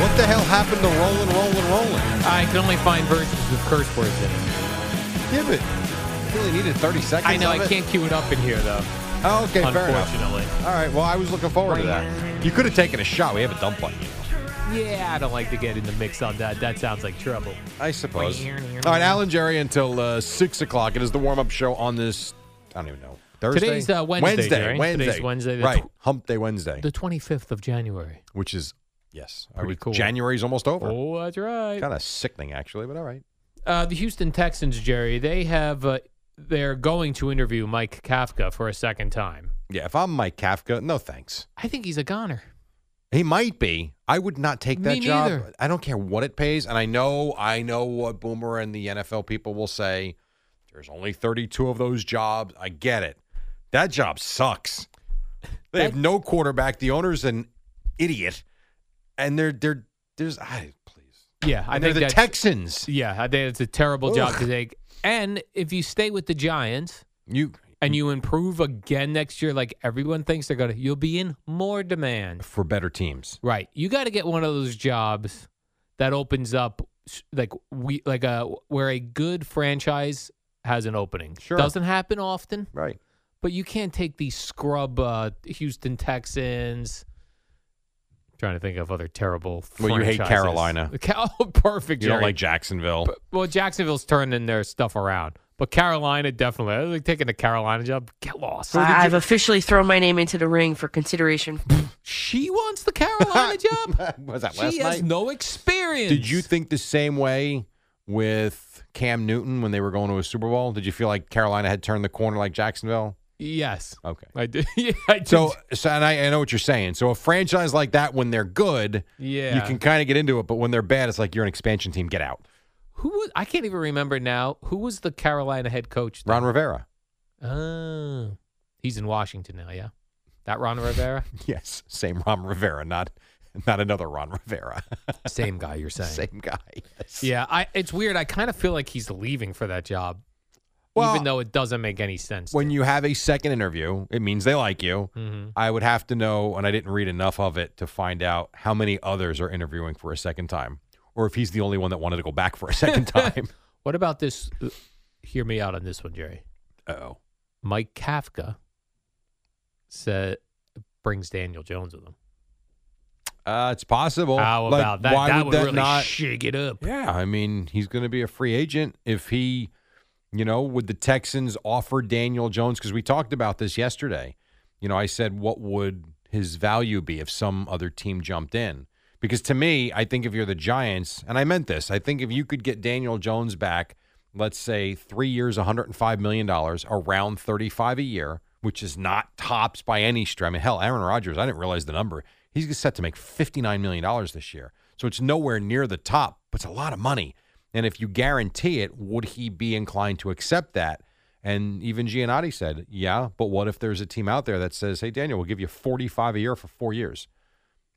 Speaker 3: What the hell happened to rolling, rolling, rolling?
Speaker 2: I can only find versions with curse words in it.
Speaker 3: Give it. You really needed 30 seconds.
Speaker 2: I know.
Speaker 3: of
Speaker 2: I
Speaker 3: it?
Speaker 2: can't cue it up in here, though,
Speaker 3: Oh, okay, fair enough.
Speaker 2: unfortunately.
Speaker 3: All right. Well, I was looking forward to that. You could have taken a shot. We have a dump on you.
Speaker 2: Yeah, I don't like to get in the mix on that. That sounds like trouble.
Speaker 3: I suppose. All right, Alan Jerry until uh, six o'clock. It is the warm-up show on this. I don't even know. Thursday.
Speaker 2: Today's, uh, Wednesday,
Speaker 3: Wednesday.
Speaker 2: Jerry.
Speaker 3: Wednesday.
Speaker 2: Today's Wednesday, the
Speaker 3: Right.
Speaker 2: tw-
Speaker 3: Hump Day Wednesday,
Speaker 2: The 25th of January.
Speaker 3: which is yes. I
Speaker 2: Pretty
Speaker 3: would-
Speaker 2: cool.
Speaker 3: January's almost over.
Speaker 2: Oh, that's right.
Speaker 3: Kind of sickening, actually, but all right.
Speaker 2: Uh, the Houston Texans, Jerry, they have uh, they're going to interview Mike Kafka for a second time.
Speaker 3: Yeah. If I'm Mike Kafka, no thanks.
Speaker 2: I think he's a goner.
Speaker 3: He might be. I would not take that
Speaker 2: Me
Speaker 3: job.
Speaker 2: neither.
Speaker 3: I don't care what it pays. And I know, I know what Boomer and the NFL people will say. There's only 32 of those jobs. I get it. That job sucks. They have no quarterback. The owner's an idiot, and they're they're there's I please.
Speaker 2: Yeah, I think
Speaker 3: And they're the
Speaker 2: that's,
Speaker 3: Texans.
Speaker 2: Yeah, I think it's a terrible job
Speaker 3: Ugh.
Speaker 2: to take. And if you stay with the Giants
Speaker 3: You
Speaker 2: and you improve again next year, like everyone thinks they're gonna, you'll be in more demand.
Speaker 3: for better teams.
Speaker 2: Right. You got to get one of those jobs that opens up s- like we like uh, a where a good franchise has an opening.
Speaker 3: Sure.
Speaker 2: Doesn't happen often,
Speaker 3: Right.
Speaker 2: But you can't take these scrub uh, Houston Texans. I'm trying to think of other terrible.
Speaker 3: Well, you hate
Speaker 2: franchises.
Speaker 3: Carolina.
Speaker 2: Ca- Oh, perfect.
Speaker 3: You don't
Speaker 2: Jerry.
Speaker 3: like Jacksonville.
Speaker 2: Well, Jacksonville's turning their stuff around, but Carolina definitely. I think taking a Carolina job, get lost.
Speaker 7: I, I've officially thrown my name into the ring for consideration.
Speaker 2: she wants the Carolina job.
Speaker 3: Was that
Speaker 2: she
Speaker 3: last
Speaker 2: has
Speaker 3: night?
Speaker 2: no experience.
Speaker 3: Did you think the same way with Cam Newton when they were going to a Super Bowl? Did you feel like Carolina had turned the corner like Jacksonville?
Speaker 2: Yes.
Speaker 3: Okay.
Speaker 2: I did. Yeah, I did.
Speaker 3: So, so and I, I know what you're saying. So a franchise like that, when they're good, you
Speaker 2: Yeah.
Speaker 3: can kind of get into it. But when they're bad, it's like you're an expansion team. Get out.
Speaker 2: Who was? I can't even remember now. Who was the Carolina head coach?
Speaker 3: Ron Rivera.
Speaker 2: Oh, he's in Washington now. Yeah, that Ron Rivera.
Speaker 3: Yes, same Ron Rivera, not not another Ron Rivera.
Speaker 2: Same guy. You're saying.
Speaker 3: Same guy. Yes.
Speaker 2: Yeah, I. It's weird. I kind of feel like he's leaving for that job,
Speaker 3: Well-
Speaker 2: even though it doesn't make any sense.
Speaker 3: When you have a second interview, it means they like you.
Speaker 2: Mhm.
Speaker 3: I would have to know, and I didn't read enough of it to find out how many others are interviewing for a second time, or if he's the only one that wanted to go back for a second time.
Speaker 2: What about this? uh, Hear me out on this one, Jerry.
Speaker 3: Oh,
Speaker 2: Mike Kafka said brings Daniel Jones with him.
Speaker 3: uh, it's possible.
Speaker 2: How
Speaker 3: Like,
Speaker 2: about that?
Speaker 3: Why
Speaker 2: that
Speaker 3: would
Speaker 2: would,
Speaker 3: that
Speaker 2: really
Speaker 3: not?
Speaker 2: shake it up.
Speaker 3: Yeah, I mean, he's going to be a free agent if he, you know, would the Texans offer Daniel Jones? Because we talked about this yesterday. You know, I said, what would his value be if some other team jumped in? Because to me, I think if you're the Giants, and I meant this, I think if you could get Daniel Jones back, let's say three years, $105 million, around 35 a year, which is not tops by any stretch. I mean, hell, Aaron Rodgers, I didn't realize the number. He's set to make $59 million this year. So it's nowhere near the top, but it's a lot of money. And if you guarantee it, would he be inclined to accept that? And even Giannotti said, yeah, but what if there's a team out there that says, hey, Daniel, we'll give you 45 a year for four years?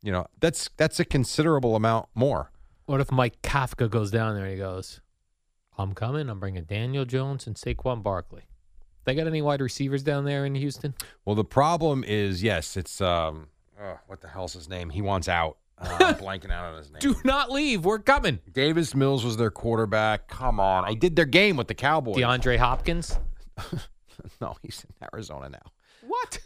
Speaker 3: You know, that's that's a considerable amount more.
Speaker 2: What if Mike Kafka goes down there and he goes, I'm coming. I'm bringing Daniel Jones and Saquon Barkley. They got any wide receivers down there in Houston?
Speaker 3: Well, the problem is, yes, it's um, oh, what the hell's his name? He wants out. Uh, I'm blanking out on his name.
Speaker 2: Do not leave. We're coming.
Speaker 3: Davis Mills was their quarterback. Come on, I did their game with the Cowboys.
Speaker 2: DeAndre Hopkins?
Speaker 3: no, he's in Arizona now.
Speaker 2: What?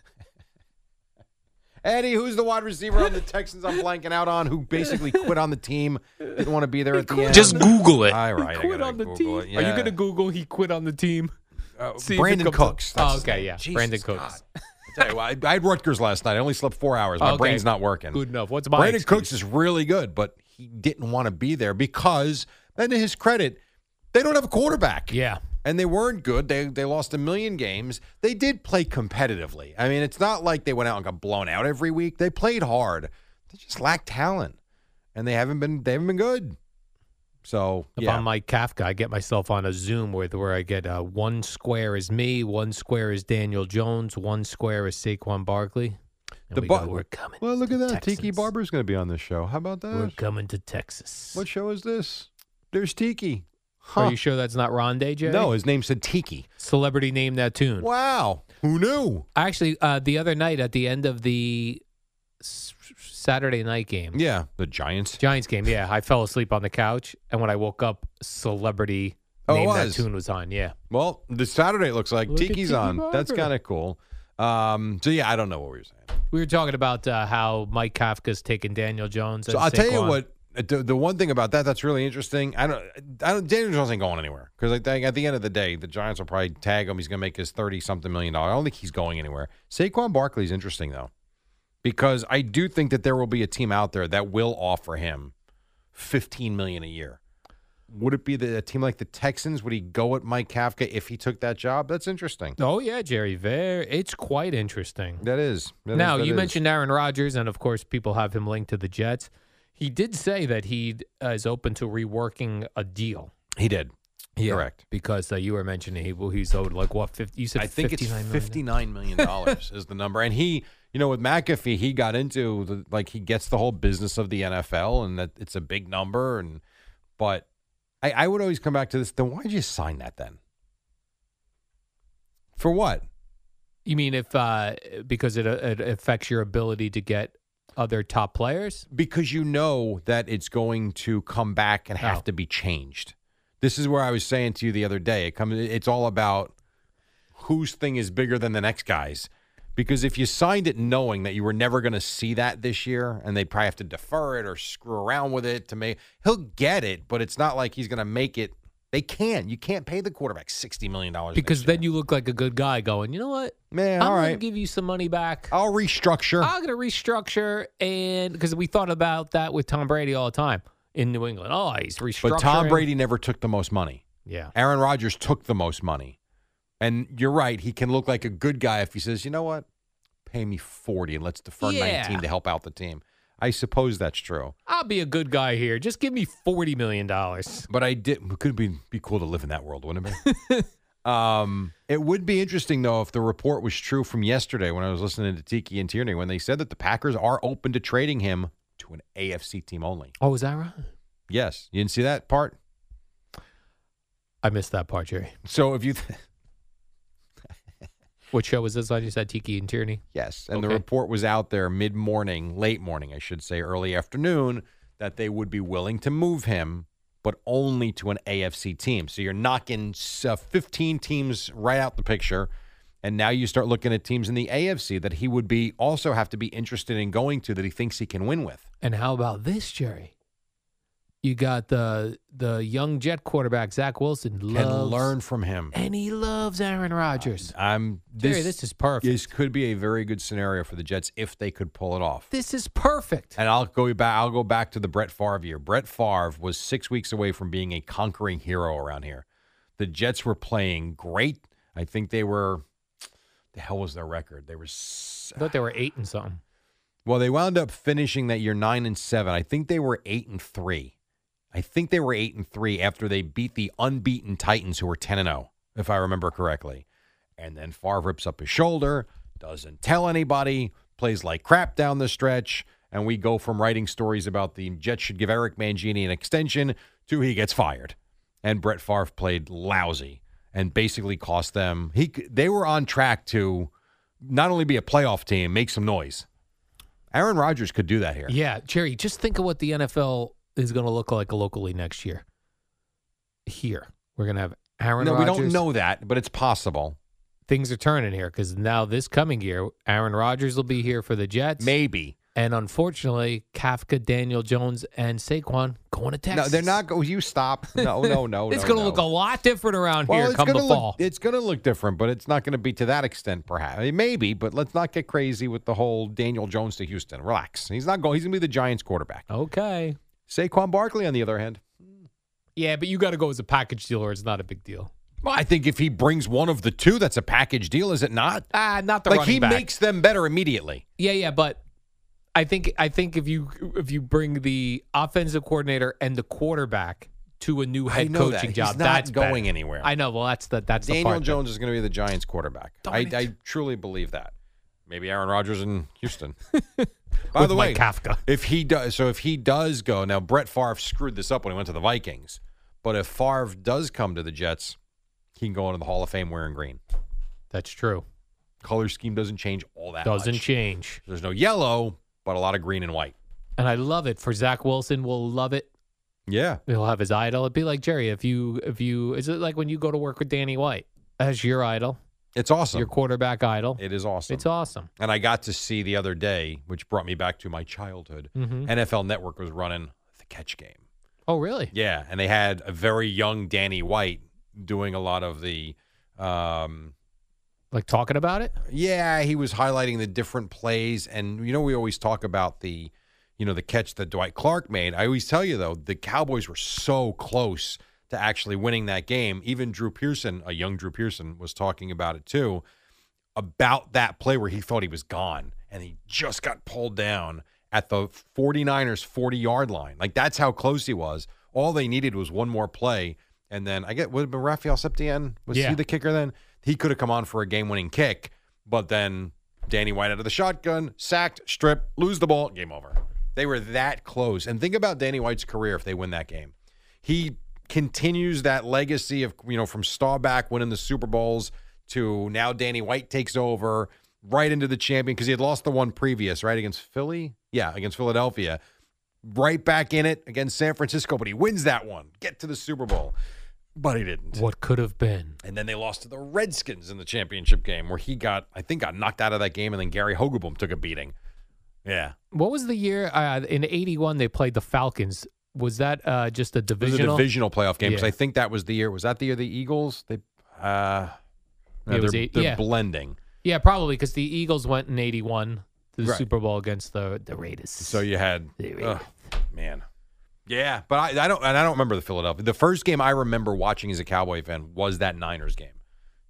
Speaker 3: Eddie, who's the wide receiver on the Texans? I'm blanking out on who basically quit on the team. Didn't want to be there at the end.
Speaker 6: Just Google it.
Speaker 3: All right, I
Speaker 2: quit
Speaker 3: gotta
Speaker 2: on the
Speaker 3: Google
Speaker 2: team.
Speaker 3: it,
Speaker 2: Are you
Speaker 3: yeah.
Speaker 2: going to Google he quit on the team?
Speaker 3: Uh,
Speaker 2: See if it
Speaker 3: Brandon
Speaker 2: comes up.
Speaker 3: Cooks. that's
Speaker 2: Oh,
Speaker 3: his
Speaker 2: okay,
Speaker 3: name.
Speaker 2: yeah,
Speaker 3: Jesus
Speaker 2: Brandon Cooks.
Speaker 3: God. I tell you what, I, I had Rutgers last night. I only slept four hours. My
Speaker 2: Okay,
Speaker 3: brain's not working.
Speaker 2: Good enough. What's my
Speaker 3: Brandon
Speaker 2: excuse?
Speaker 3: Cooks is really good, but he didn't want to be there because, and to his credit, they don't have a quarterback.
Speaker 2: Yeah.
Speaker 3: And they weren't good. They they lost a million games. They did play competitively. I mean, it's not like they went out and got blown out every week. They played hard. They just lack talent, and they haven't been they haven't been good. So
Speaker 2: If
Speaker 3: yeah.
Speaker 2: I'm Mike Kafka, I get myself on a Zoom with where I get uh, one square is me, one square is Daniel Jones, one square is Saquon Barkley. And we
Speaker 3: bu-
Speaker 2: go, we're coming.
Speaker 3: Well, look
Speaker 2: to
Speaker 3: at that. Tiki
Speaker 2: Texans.
Speaker 3: Barber's going to be on this show. How about that?
Speaker 2: We're coming to Texas.
Speaker 3: What show is this? There's Tiki.
Speaker 2: Are you sure that's not Rondé, Jerry?
Speaker 3: No, his name said Tiki.
Speaker 2: Celebrity name that tune.
Speaker 3: Wow. Who knew?
Speaker 2: Actually, uh, the other night at the end of the s- Saturday night game,
Speaker 3: Yeah, the Giants.
Speaker 2: Giants game, yeah, I fell asleep on the couch, and when I woke up, Celebrity
Speaker 3: Oh, it
Speaker 2: name that
Speaker 3: was.
Speaker 2: tune was on. Yeah,
Speaker 3: Well, the Saturday it looks like
Speaker 2: Look at
Speaker 3: Tiki's
Speaker 2: Tiki
Speaker 3: on. That's
Speaker 2: Barber.
Speaker 3: kind of cool. Um, so yeah, I don't know what we were saying.
Speaker 2: we were talking about uh, how Mike Kafka's taking Daniel Jones.
Speaker 3: So
Speaker 2: and
Speaker 3: I'll tell you
Speaker 2: Saquon.
Speaker 3: what. The, the one thing about that that's really interesting, I don't, I don't. Daniel Jones ain't going anywhere because I think at the end of the day, the Giants will probably tag him. He's going to make his thirty something million dollars. I don't think he's going anywhere. Saquon Barkley's interesting though, because I do think that there will be a team out there that will offer him fifteen million a year. Would it be the, a team like the Texans? Would he go at Mike Kafka if he took that job? That's interesting.
Speaker 2: Oh yeah, Jerry. There, it's quite interesting.
Speaker 3: That is. That is-
Speaker 2: now
Speaker 3: that
Speaker 2: you
Speaker 3: is.
Speaker 2: mentioned Aaron Rodgers, and of course, people have him linked to the Jets. He did say that he uh, is open to reworking a deal.
Speaker 3: he did. Correct.
Speaker 2: Because uh, you were mentioning he well, he's owed like what fifty? You said
Speaker 3: I think it's
Speaker 2: 59 million?
Speaker 3: fifty nine million dollars is the number, and he, you know, with McAfee, he got into the, like he gets the whole business of the NFL, and that it's a big number, and but I, I would always come back to this. Then why did you sign that then? For what?
Speaker 2: You mean if uh, because it, uh, it affects your ability to get other top players?
Speaker 3: because you know that it's going to come back and have
Speaker 2: Oh.
Speaker 3: to be changed. This is where I was saying to you the other day. It comes. It's all about whose thing is bigger than the next guy's. Because if you signed it knowing that you were never going to see that this year, and they probably have to defer it or screw around with it to make, he'll get it, but it's not like he's going to make it. They can. You can't pay the quarterback sixty million dollars
Speaker 2: because then you look like a good guy going. You know what?
Speaker 3: Man,
Speaker 2: I'm
Speaker 3: all
Speaker 2: gonna
Speaker 3: right.
Speaker 2: give you some money back.
Speaker 3: I'll restructure.
Speaker 2: I'm gonna restructure, and because we thought about that with Tom Brady all the time in New England. Oh, he's restructuring.
Speaker 3: But Tom Brady never took the most money.
Speaker 2: Yeah.
Speaker 3: Aaron Rodgers took the most money. And you're right, he can look like a good guy if he says, you know what? Pay me 40 and let's defer
Speaker 2: Yeah.
Speaker 3: 19 to help out the team. I suppose that's true.
Speaker 2: I'll be a good guy here. Just give me forty million dollars.
Speaker 3: But I did. It could be be cool to live in that world, wouldn't it be? um, it would be interesting though if the report was true from yesterday when I was listening to Tiki and Tierney when they said that the Packers are open to trading him to an AFC team only.
Speaker 2: Oh, is that right?
Speaker 3: Yes, you didn't see that part.
Speaker 2: I missed that part, Jerry.
Speaker 3: So if you th-
Speaker 2: What show was this on? You said Tiki and Tierney.
Speaker 3: yes, and the
Speaker 2: Okay.
Speaker 3: report was out there mid morning, late morning, I should say, early afternoon, that they would be willing to move him, but only to an AFC team. So you're knocking s- uh, 15 teams right out the picture. And now you start looking at teams in the AFC that he would be also have to be interested in going to that he thinks he can win with.
Speaker 2: And how about this, Jerry? You got the the young Jet quarterback Zach Wilson.
Speaker 3: Can
Speaker 2: Loves,
Speaker 3: learn from him.
Speaker 2: and he loves Aaron Rodgers.
Speaker 3: I'm
Speaker 2: Jerry, this is perfect.
Speaker 3: This could be a very good scenario for the Jets if they could pull it off.
Speaker 2: this is perfect.
Speaker 3: And I'll go back. I'll go back to the Brett Favre year. Brett Favre was six weeks away from being a conquering hero around here. The Jets were playing great. I think they were. The hell was their record? They were. s-
Speaker 2: I thought they were eight and something.
Speaker 3: Well, they wound up finishing that year nine and seven. I think they were eight and three. I think they were eight and three after they beat the unbeaten Titans, who were ten and zero, if I remember correctly. And then Favre rips up his shoulder, doesn't tell anybody, plays like crap down the stretch, and we go from writing stories about the Jets should give Eric Mangini an extension to he gets fired. And Brett Favre played lousy and basically cost them. He c- they were on track to not only be a playoff team, make some noise. Aaron Rodgers could do that here.
Speaker 2: Yeah, Jerry, just think of what the NFL is going to look like locally next year. Here, we're going to have Aaron
Speaker 3: no,
Speaker 2: Rodgers.
Speaker 3: we don't know that, but it's possible.
Speaker 2: Things are turning here because now this coming year, Aaron Rodgers will be here for the Jets.
Speaker 3: Maybe.
Speaker 2: And unfortunately, Kafka, Daniel Jones, and Saquon going to Texas.
Speaker 3: No, they're not. Go. You stop. No, no, no.
Speaker 2: it's
Speaker 3: no,
Speaker 2: going to
Speaker 3: no.
Speaker 2: look a lot different around
Speaker 3: Well,
Speaker 2: here
Speaker 3: it's
Speaker 2: come the
Speaker 3: gonna look,
Speaker 2: fall.
Speaker 3: It's going to look different, but it's not going to be to that extent. Perhaps I mean, maybe, but let's not get crazy with the whole Daniel Jones to Houston. Relax. He's not going. He's going to be the Giants' quarterback.
Speaker 2: okay.
Speaker 3: Saquon Barkley, on the other hand,
Speaker 2: Yeah, but you got to go as a package deal, or it's not a big deal.
Speaker 3: well, I think if he brings one of the two, that's a package deal, is it not?
Speaker 2: Ah, not the
Speaker 3: like
Speaker 2: running
Speaker 3: he
Speaker 2: back.
Speaker 3: makes them better immediately.
Speaker 2: Yeah, yeah, but I think I think if you if you bring the offensive coordinator and the quarterback to a new
Speaker 3: I
Speaker 2: head
Speaker 3: know that.
Speaker 2: coaching
Speaker 3: He's
Speaker 2: job,
Speaker 3: not
Speaker 2: that's
Speaker 3: going
Speaker 2: better.
Speaker 3: anywhere.
Speaker 2: I know. Well, that's the that's the
Speaker 3: Daniel
Speaker 2: part that-
Speaker 3: Jones is going to be the Giants quarterback. I,
Speaker 2: Darn it.
Speaker 3: I truly believe that. Maybe Aaron Rodgers in Houston. By
Speaker 2: With
Speaker 3: the way,
Speaker 2: Mike Kafka.
Speaker 3: if he does, so if he does go now, Brett Favre screwed this up when he went to the Vikings. But if Favre does come to the Jets, he can go into the Hall of Fame wearing green.
Speaker 2: That's true.
Speaker 3: Color scheme doesn't change all that.
Speaker 2: Doesn't
Speaker 3: much.
Speaker 2: change,
Speaker 3: There's no yellow, but a lot of green and white.
Speaker 2: and I love it for Zach Wilson. Will love it.
Speaker 3: Yeah,
Speaker 2: He'll have his idol. It'd be like Jerry. If you if you is it like when you go to work with Danny White as your idol,
Speaker 3: it's awesome.
Speaker 2: your quarterback idol.
Speaker 3: it is awesome.
Speaker 2: It's awesome.
Speaker 3: and I got to see the other day, which brought me back to my childhood.
Speaker 2: Mhm.
Speaker 3: NFL Network was running the catch game.
Speaker 2: Oh, really?
Speaker 3: Yeah, and they had a very young Danny White doing a lot of the. Um,
Speaker 2: Like talking about it?
Speaker 3: yeah, he was highlighting the different plays, and you know we always talk about the, you know, the catch that Dwight Clark made. I always tell you though, the Cowboys were so close to actually winning that game. Even Drew Pearson, a young Drew Pearson, was talking about it too, about that play where he thought he was gone and he just got pulled down at the 49ers 40 yard line. Like that's how close he was. All they needed was one more play. And then I get would have been Raphael Septien. Was
Speaker 2: Yeah.
Speaker 3: he the kicker then? He could have come on for a game winning kick, but then Danny White out of the shotgun, sacked, strip, lose the ball, game over. They were that close. And think about Danny White's career if they win that game he continues that legacy of you know from Staubach winning the Super Bowls to now Danny White takes over right into the champion because he had lost the one previous right against Philly, yeah, against Philadelphia, right back in it against San Francisco, but he wins that one, get to the Super Bowl. But he didn't.
Speaker 2: What could have been?
Speaker 3: And then they lost to the Redskins in the championship game, where he got, I think, got knocked out of that game, and then Gary Hogaboom took a beating. Yeah,
Speaker 2: What was the year uh, in '81 they played the Falcons? Was that uh, just a
Speaker 3: it was a
Speaker 2: divisional?
Speaker 3: divisional playoff game because
Speaker 2: Yeah.
Speaker 3: I think that was the year. Was that the year the Eagles? They, uh, no,
Speaker 2: It was
Speaker 3: they're,
Speaker 2: eight-
Speaker 3: they're
Speaker 2: yeah.
Speaker 3: blending.
Speaker 2: Yeah, probably because the Eagles went in '81 to the
Speaker 3: Right.
Speaker 2: Super Bowl against the the Raiders.
Speaker 3: So you had,
Speaker 2: They-
Speaker 3: ugh, man, yeah. But I, I don't, and I don't remember the Philadelphia. The first game I remember watching as a Cowboy fan was that Niners game,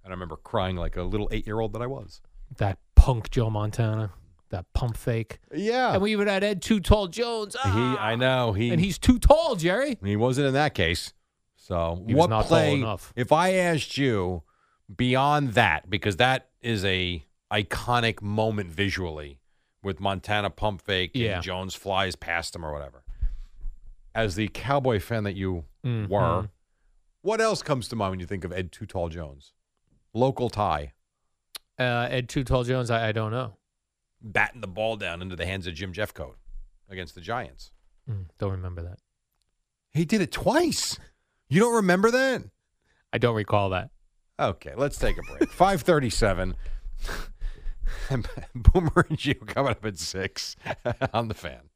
Speaker 3: and I remember crying like a little eight-year-old that I was.
Speaker 2: that punk Joe Montana, that pump fake.
Speaker 3: Yeah,
Speaker 2: and we even had Ed Too Tall Jones, ah,
Speaker 3: He, I know he,
Speaker 2: and he's too tall, Jerry.
Speaker 3: He wasn't in that case. So
Speaker 2: He was
Speaker 3: what
Speaker 2: not tall
Speaker 3: play?
Speaker 2: enough.
Speaker 3: If I asked you beyond that, because that is a iconic moment visually with Montana pump fake
Speaker 2: Yeah.
Speaker 3: and Jones flies past him or whatever. As the cowboy fan that you were,
Speaker 2: Mhm.
Speaker 3: what else comes to mind when you think of Ed Too Tall Jones? Local tie,
Speaker 2: Uh, Ed Too Tall Jones, I, I don't know.
Speaker 3: batting the ball down into the hands of Jim Jeffcoat against the Giants.
Speaker 2: Mm, don't remember that.
Speaker 3: He did it twice. You don't remember that?
Speaker 2: I don't recall that.
Speaker 3: Okay, let's take a break. Five thirty-seven. Boomer and you coming up at six on the fan.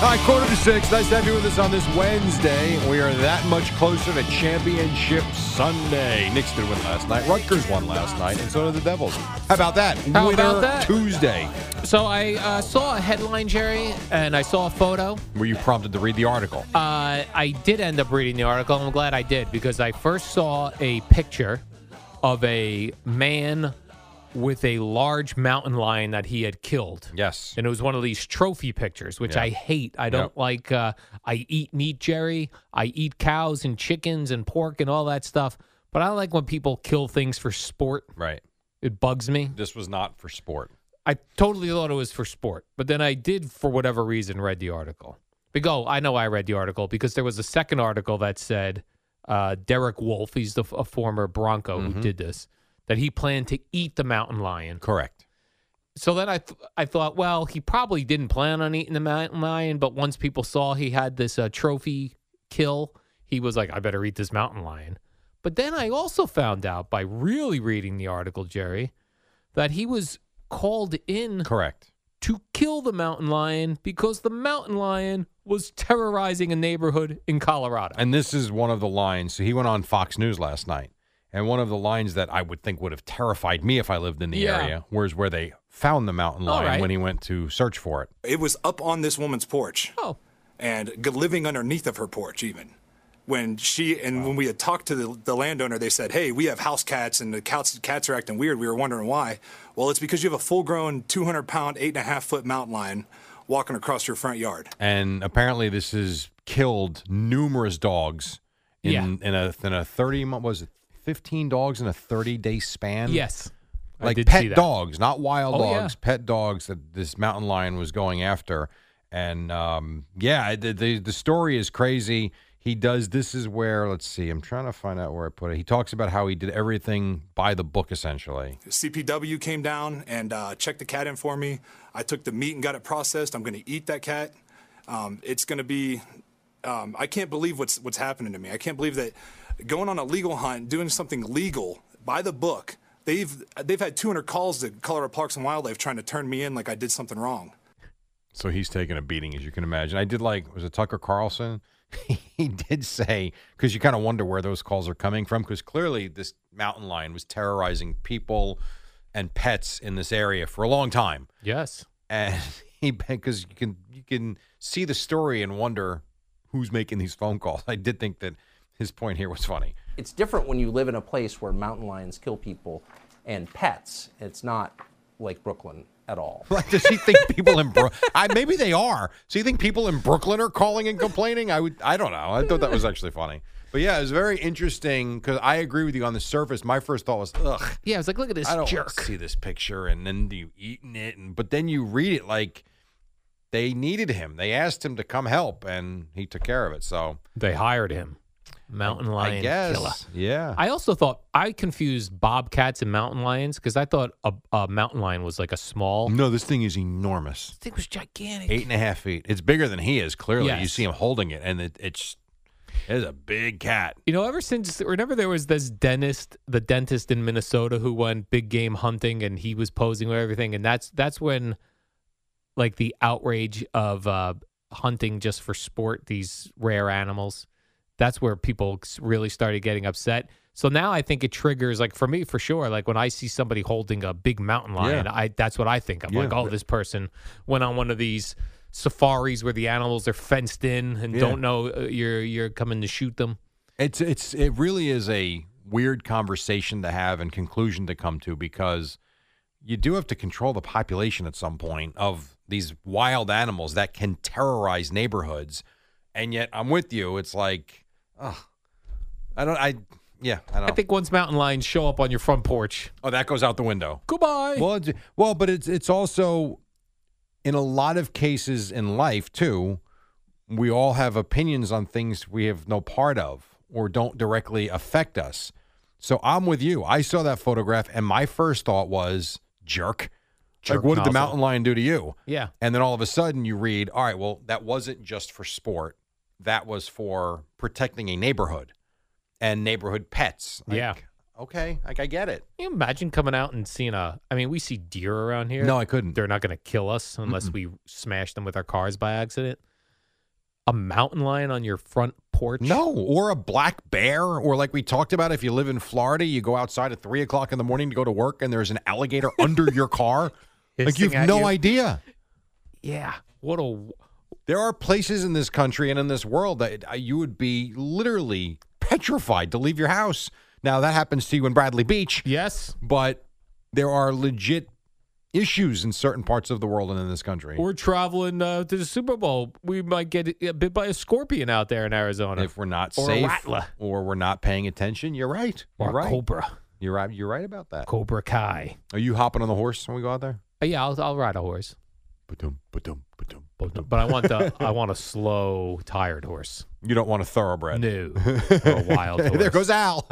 Speaker 3: All right, quarter to six. Nice to have you with us on this Wednesday. We are that much closer to Championship Sunday. Knicks did win last night. Rutgers won last night, and so did the Devils. How about that?
Speaker 2: How
Speaker 3: Winner
Speaker 2: about that?
Speaker 3: Tuesday.
Speaker 2: So I uh, saw a headline, Jerry, and I saw a photo.
Speaker 3: Were you prompted to read the article?
Speaker 2: Uh, I did end up reading the article. and I'm glad I did because I first saw a picture of a man with a large mountain lion that he had killed.
Speaker 3: Yes.
Speaker 2: And it was one of these trophy pictures, which
Speaker 3: Yeah.
Speaker 2: I hate. I don't like. Uh, I eat meat, Jerry. I eat cows and chickens and pork and all that stuff. But I like when people kill things for sport.
Speaker 3: Right.
Speaker 2: It bugs me.
Speaker 3: This was not for sport.
Speaker 2: I totally thought it was for sport, but then I did, for whatever reason, read the article. Because oh, I know I read the article because there was a second article that said uh, Derek Wolf, he's the, f- a former Bronco who
Speaker 3: Mhm.
Speaker 2: did this, that he planned to eat the mountain lion.
Speaker 3: Correct.
Speaker 2: So then I th- I thought, well, he probably didn't plan on eating the mountain lion, but once people saw he had this uh, trophy kill, he was like, I better eat this mountain lion. But then I also found out by really reading the article, Jerry, that he was called in
Speaker 3: Correct.
Speaker 2: to kill the mountain lion because the mountain lion was terrorizing a neighborhood in Colorado.
Speaker 3: And this is one of the lines. So he went on Fox News last night, and one of the lines that I would think would have terrified me if I lived in the
Speaker 8: Yeah.
Speaker 3: area was where they found the mountain
Speaker 8: All
Speaker 3: lion
Speaker 8: right.
Speaker 3: when he went to search for it.
Speaker 8: It was up on this woman's porch.
Speaker 2: Oh.
Speaker 8: And g- living underneath of her porch, even. When she and when we had talked to the, the landowner, they said, "Hey, we have house cats, and the cats, cats are acting weird. We were wondering why." Well, it's because you have a full-grown, 200-pound, eight and a half foot mountain lion walking across your front yard.
Speaker 3: And apparently, this has killed numerous dogs in
Speaker 2: Yeah.
Speaker 3: in a in a thirty mo- what was it fifteen dogs in a thirty day span.
Speaker 2: yes. I
Speaker 3: like
Speaker 2: did see
Speaker 3: pet
Speaker 2: that.
Speaker 3: dogs, not wild
Speaker 2: Oh, yeah.
Speaker 3: dogs, pet dogs that this mountain lion was going after. And um, yeah, the, the the story is crazy. He does. This is where let's see. I'm trying to find out where I put it. He talks about how he did everything by the book, essentially.
Speaker 8: CPW came down and uh, checked the cat in for me. I took the meat and got it processed. I'm going to eat that cat. Um, it's going to be. Um, I can't believe what's what's happening to me. I can't believe that going on a legal hunt, doing something legal by the book. They've they've had 200 calls to Colorado Parks and Wildlife trying to turn me in like I did something wrong.
Speaker 3: So he's taking a beating, as you can imagine. I did like was it Tucker Carlson? he did say because you kind of wonder where those calls are coming from because clearly this mountain lion was terrorizing people and pets in this area for a long time.
Speaker 2: Yes.
Speaker 3: and he because you can you can see the story and wonder who's making these phone calls. I did think that his point here was funny.
Speaker 9: It's different when you live in a place where mountain lions kill people and pets. It's not like Brooklyn at all.
Speaker 3: Like, does he think people in Bro- I maybe they are? So you think people in Brooklyn are calling and complaining? I would. I don't know. I thought that was actually funny. But yeah, it was very interesting because I agree with you on the surface. My first thought was, ugh,
Speaker 2: Yeah, I was like, look at this
Speaker 3: I don't
Speaker 2: jerk.
Speaker 3: see this picture, and then you eating it, and but then you read it like they needed him. They asked him to come help, and he took care of it. So
Speaker 2: They hired him. Mountain lion
Speaker 3: guess,
Speaker 2: killer.
Speaker 3: Yeah.
Speaker 2: I also thought I confused bobcats and mountain lions because I thought a, a mountain lion was like a small.
Speaker 3: No, this thing is enormous.
Speaker 2: This thing was gigantic.
Speaker 3: Eight and a half feet. It's bigger than he is. Clearly, you
Speaker 2: Yes.
Speaker 3: see him holding it, and it, it's it is a big cat.
Speaker 2: You know, ever since remember there was this dentist, the dentist in Minnesota who went big game hunting and he was posing with everything, and that's that's when like the outrage of uh, hunting just for sport these rare animals. That's where people s- really started getting upset. So now I think it triggers like for me for sure. Like when I see somebody holding a big mountain lion,
Speaker 3: Yeah.
Speaker 2: I that's what I think. I'm
Speaker 3: Yeah.
Speaker 2: like, oh, this person went on one of these safaris where the animals are fenced in and
Speaker 3: Yeah.
Speaker 2: don't know uh, you're you're coming to shoot them.
Speaker 3: It's it's it really is a weird conversation to have and conclusion to come to because you do have to control the population at some point of these wild animals that can terrorize neighborhoods. And yet I'm with you. It's like, oh, I don't I yeah, I don't
Speaker 2: I think once mountain lions show up on your front porch,
Speaker 3: Oh, that goes out the window.
Speaker 2: goodbye.
Speaker 3: Well, it's, well, but it's it's also in a lot of cases in life too. We all have opinions on things we have no part of or don't directly affect us. So I'm with you. I saw that photograph, and my first thought was jerk.
Speaker 2: Jerk
Speaker 3: like, what did the
Speaker 2: nozzle.
Speaker 3: mountain lion do to you?
Speaker 2: yeah,
Speaker 3: And then all of a sudden you read, all right, well, that wasn't just for sport. That was for protecting a neighborhood and neighborhood pets. Like,
Speaker 2: yeah.
Speaker 3: Okay. Like, I get it.
Speaker 2: Can you imagine coming out and seeing a? I mean, we see deer around here.
Speaker 3: No, I couldn't.
Speaker 2: They're not going to kill us unless we smash them with our cars by accident. A mountain lion on your front porch?
Speaker 3: No, or a black bear, or like we talked about, if you live in Florida, you go outside at three o'clock in the morning to go to work, and there's an alligator under your car. Like you
Speaker 2: Hissing
Speaker 3: have
Speaker 2: at
Speaker 3: no
Speaker 2: you.
Speaker 3: idea.
Speaker 2: Yeah. What a.
Speaker 3: There are places in this country and in this world that uh, you would be literally petrified to leave your house. Now that happens to you in Bradley Beach,
Speaker 2: Yes.
Speaker 3: but there are legit issues in certain parts of the world and in this country.
Speaker 2: We're traveling uh, to the Super Bowl. We might get uh, bit by a scorpion out there in Arizona.
Speaker 3: if we're not
Speaker 2: Or a
Speaker 3: safe,
Speaker 2: rattler.
Speaker 3: or we're not paying attention, you're right.
Speaker 2: or
Speaker 3: You're
Speaker 2: a
Speaker 3: right.
Speaker 2: cobra.
Speaker 3: You're right. You're right about that.
Speaker 2: Cobra Kai.
Speaker 3: Are you hopping on the horse when we go out there?
Speaker 2: Uh, yeah, I'll, I'll ride a horse.
Speaker 3: Ba-dum, ba-dum, ba-dum, ba-dum.
Speaker 2: But I want the I want a slow, tired horse.
Speaker 3: You don't want a thoroughbred.
Speaker 2: No, or a wild horse.
Speaker 3: there goes Al.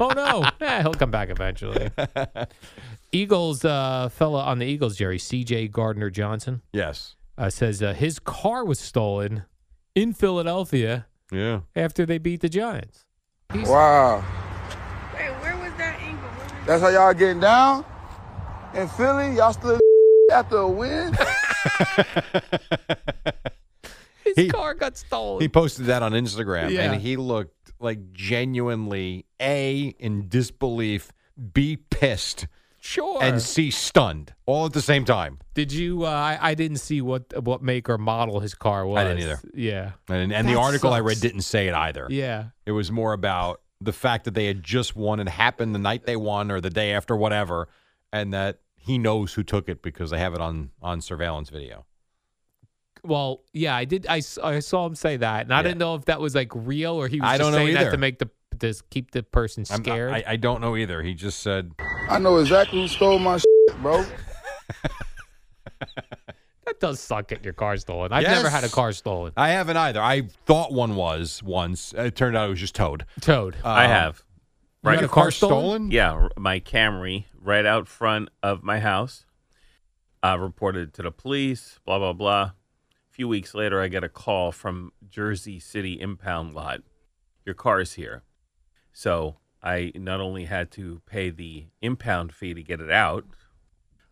Speaker 2: oh no, Eh, he'll come back eventually. Eagles uh, fella on the Eagles, Jerry C.J. Gardner Johnson
Speaker 3: yes.
Speaker 2: uh, says uh, his car was stolen in Philadelphia
Speaker 3: Yeah.
Speaker 2: after they beat the Giants.
Speaker 10: Wow. That's how y'all getting down? In Philly, y'all still after a win?
Speaker 2: His car got stolen.
Speaker 3: He posted that on Instagram
Speaker 2: Yeah.
Speaker 3: and he looked like genuinely A in disbelief, B pissed,
Speaker 2: sure.
Speaker 3: and C stunned all at the same time.
Speaker 2: Did you? Uh, I, I didn't see what what make or model his car was.
Speaker 3: I didn't either.
Speaker 2: Yeah,
Speaker 3: And and the
Speaker 2: That
Speaker 3: article I read
Speaker 2: sucks.
Speaker 3: didn't say it either.
Speaker 2: yeah.
Speaker 3: It was more about the fact that they had just won and happened the night they won or the day after whatever and that he knows who took it because they have it on on surveillance video.
Speaker 2: Well, yeah, I did. I, s- I saw him say that, and I
Speaker 3: Yeah.
Speaker 2: didn't know if that was like real or he was
Speaker 3: I
Speaker 2: just
Speaker 3: don't know
Speaker 2: saying that
Speaker 3: either.
Speaker 2: to make the to keep the person
Speaker 3: I'm-
Speaker 2: scared.
Speaker 3: I, I don't know either. He just said
Speaker 10: I know exactly who stole my bro.
Speaker 2: that does suck at your car stolen. I've never had a
Speaker 3: Yes.
Speaker 2: car stolen.
Speaker 3: I haven't either. I thought one was once. It turned out it was just Toad.
Speaker 2: Toad.
Speaker 11: I
Speaker 3: Um,
Speaker 11: have.
Speaker 2: You had a car stolen?
Speaker 11: Yeah, r- my Camry right out front of my house. I reported to the police, blah, blah, blah. A few weeks later, I get a call from Jersey City impound lot. Your car is here. So I not only had to pay the impound fee to get it out,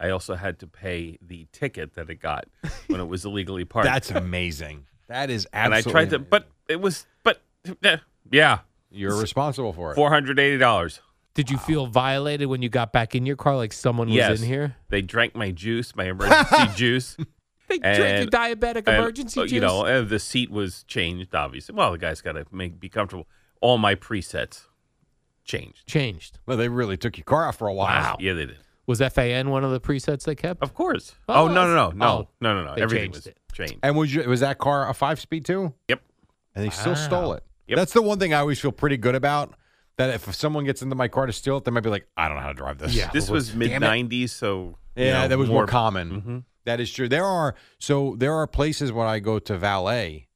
Speaker 11: I also had to pay the ticket that it got when it was illegally parked.
Speaker 3: That's amazing. That is
Speaker 11: and I
Speaker 3: absolutely.
Speaker 11: tried to, but it was, but eh, yeah,
Speaker 3: You're responsible for it.
Speaker 11: four hundred eighty dollars.
Speaker 2: Did you feel violated when you got back in your car? Like someone was
Speaker 11: Yes.
Speaker 2: in here?
Speaker 11: They drank my juice, my emergency juice.
Speaker 2: They
Speaker 11: And-
Speaker 2: drank your diabetic
Speaker 11: and,
Speaker 2: emergency
Speaker 11: uh,
Speaker 2: juice.
Speaker 11: You know, uh, the seat was changed, obviously. Well, the guy's got to make be comfortable. All my presets changed.
Speaker 2: changed.
Speaker 3: Well, they really took your car off for a while.
Speaker 11: Yeah, they did.
Speaker 2: Was FAN one of the presets they kept?
Speaker 11: Of course.
Speaker 2: Oh,
Speaker 11: Oh, no, no, no,
Speaker 2: that's-
Speaker 11: no,
Speaker 2: oh,
Speaker 11: no, no, no.
Speaker 2: they
Speaker 11: Everything
Speaker 2: changed
Speaker 11: was
Speaker 2: it.
Speaker 11: changed.
Speaker 3: And was you, was that car a five speed too?
Speaker 11: Yep.
Speaker 3: And they still
Speaker 2: Wow.
Speaker 3: stole it.
Speaker 11: Yep.
Speaker 3: That's the one thing I always feel pretty good about. That if someone gets into my car to steal it, they might be like, I don't know how to drive this.
Speaker 2: Yeah.
Speaker 11: This was
Speaker 3: Damn it.
Speaker 11: mid '90s, so you
Speaker 3: Yeah,
Speaker 11: know,
Speaker 3: that was more,
Speaker 11: more
Speaker 3: common.
Speaker 2: Mm-hmm.
Speaker 11: Mhm.
Speaker 3: That is true. There are so there are places when I go to valet,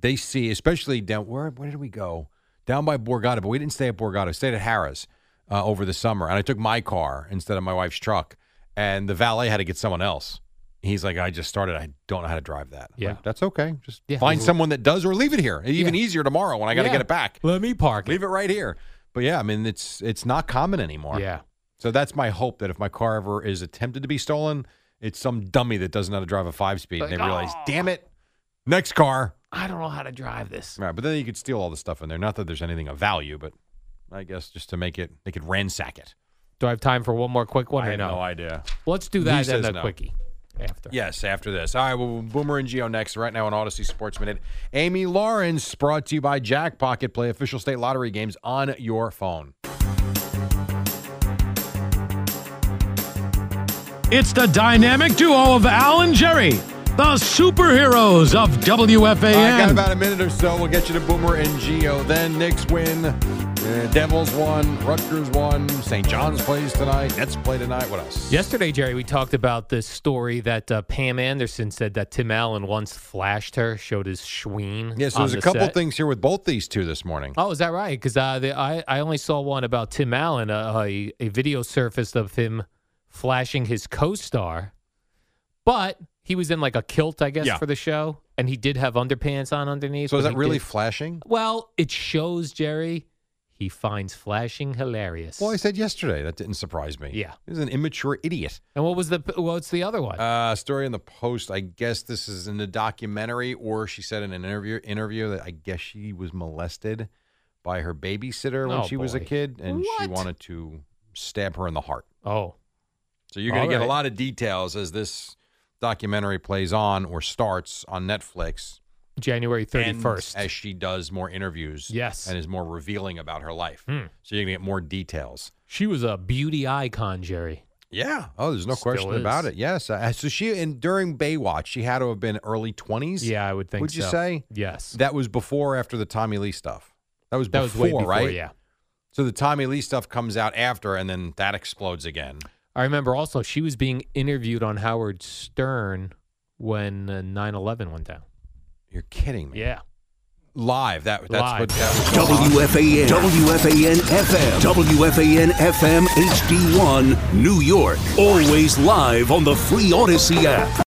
Speaker 3: they see especially down where where did we go down by Borgata, but we didn't stay at Borgata. I stayed at Harris uh, over the summer, and I took my car instead of my wife's truck. And the valet had to get someone else. He's like, I just started. I don't know how to drive that. I'm
Speaker 2: Yeah.
Speaker 3: like, that's okay. Just
Speaker 2: Yeah.
Speaker 3: find someone that does, or leave it here. Even easier tomorrow when I got to
Speaker 2: Yeah.
Speaker 3: get it back.
Speaker 2: Let me park.
Speaker 3: Leave it right here. But yeah, I mean, it's it's not common anymore.
Speaker 2: Yeah.
Speaker 3: So that's my hope that if my car ever is attempted to be stolen, it's some dummy that doesn't know how to drive a five speed, and they
Speaker 2: Like,
Speaker 3: realize,
Speaker 2: "Oh."
Speaker 3: damn it, next car.
Speaker 2: I don't know how to drive this.
Speaker 3: Right, but then you could steal all the stuff in there. Not that there's anything of value, but I guess just to make it, they could ransack it.
Speaker 2: Do I have time for one more quick one?
Speaker 3: I
Speaker 2: or
Speaker 3: have
Speaker 2: no?
Speaker 3: no idea.
Speaker 2: Let's do
Speaker 3: Lee
Speaker 2: that
Speaker 3: says
Speaker 2: and then the
Speaker 3: no.
Speaker 2: quickie after.
Speaker 3: Yes, after this. All right, well, Boomer and Geo next. Right now on Odyssey Sports Minute. Amy Lawrence brought to you by Jack Pocket. Play official state lottery games on your phone.
Speaker 6: It's the dynamic duo of Al and Jerry, the superheroes of WFAN.
Speaker 3: I got about a minute or so. We'll get you to Boomer and Geo. Then Knicks win. uh, Devils won. Rutgers won. St. John's plays tonight. Nets play tonight. What else?
Speaker 2: Yesterday, Jerry, we talked about the story that uh, Pam Anderson said that Tim Allen once flashed her, showed his schween.
Speaker 3: Yes,
Speaker 2: on
Speaker 3: there's a
Speaker 2: the
Speaker 3: couple
Speaker 2: set.
Speaker 3: things here with both these two this morning.
Speaker 2: Oh, is that right? Because uh, the- I I only saw one about Tim Allen, uh, a a video surfaced of him flashing his co-star, but he was in like a kilt, I guess,
Speaker 3: Yeah.
Speaker 2: for the show, and he did have underpants on underneath.
Speaker 3: So is
Speaker 2: but
Speaker 3: that
Speaker 2: he
Speaker 3: really
Speaker 2: did-
Speaker 3: flashing?
Speaker 2: well, it shows Jerry he finds flashing hilarious.
Speaker 3: Well, I said yesterday. That didn't surprise me.
Speaker 2: Yeah.
Speaker 3: He's an immature idiot.
Speaker 2: And what was the what's the other one?
Speaker 3: Uh, story in the post. I guess this is in the documentary, or she said in an interview interview that I guess she was molested by her babysitter when
Speaker 2: Oh,
Speaker 3: she was a
Speaker 2: boy.
Speaker 3: kid, and she
Speaker 2: What?
Speaker 3: wanted to stab her in the heart.
Speaker 2: oh,
Speaker 3: So you're going
Speaker 2: All
Speaker 3: to get a
Speaker 2: right.
Speaker 3: lot of details as this documentary plays on or starts on Netflix.
Speaker 2: January
Speaker 3: and
Speaker 2: thirty first.
Speaker 3: as she does more interviews,
Speaker 2: Yes.
Speaker 3: and is more revealing about her life.
Speaker 2: Hmm.
Speaker 3: So you're going to get more details.
Speaker 2: She was a beauty icon, Jerry.
Speaker 3: Yeah. Oh, there's no
Speaker 2: Still
Speaker 3: question about
Speaker 2: is.
Speaker 3: it. Yes. Uh, so she and during Baywatch, she had to have been early 20s.
Speaker 2: Yeah, I would think.
Speaker 3: Would you
Speaker 2: so.
Speaker 3: say?
Speaker 2: yes?
Speaker 3: That was before after the Tommy Lee stuff. That was
Speaker 2: That
Speaker 3: before,
Speaker 2: was way before,
Speaker 3: right?
Speaker 2: yeah.
Speaker 3: So the Tommy Lee stuff comes out after, and then that explodes again.
Speaker 2: I remember also she was being interviewed on Howard Stern when uh, 9/11 went down.
Speaker 3: You're kidding me.
Speaker 2: Yeah.
Speaker 3: Live. That that's
Speaker 2: Live.
Speaker 3: what that was going on.
Speaker 4: WFAN, WFAN FM, WFAN FM HD1, New York. Always live on the free Odyssey app.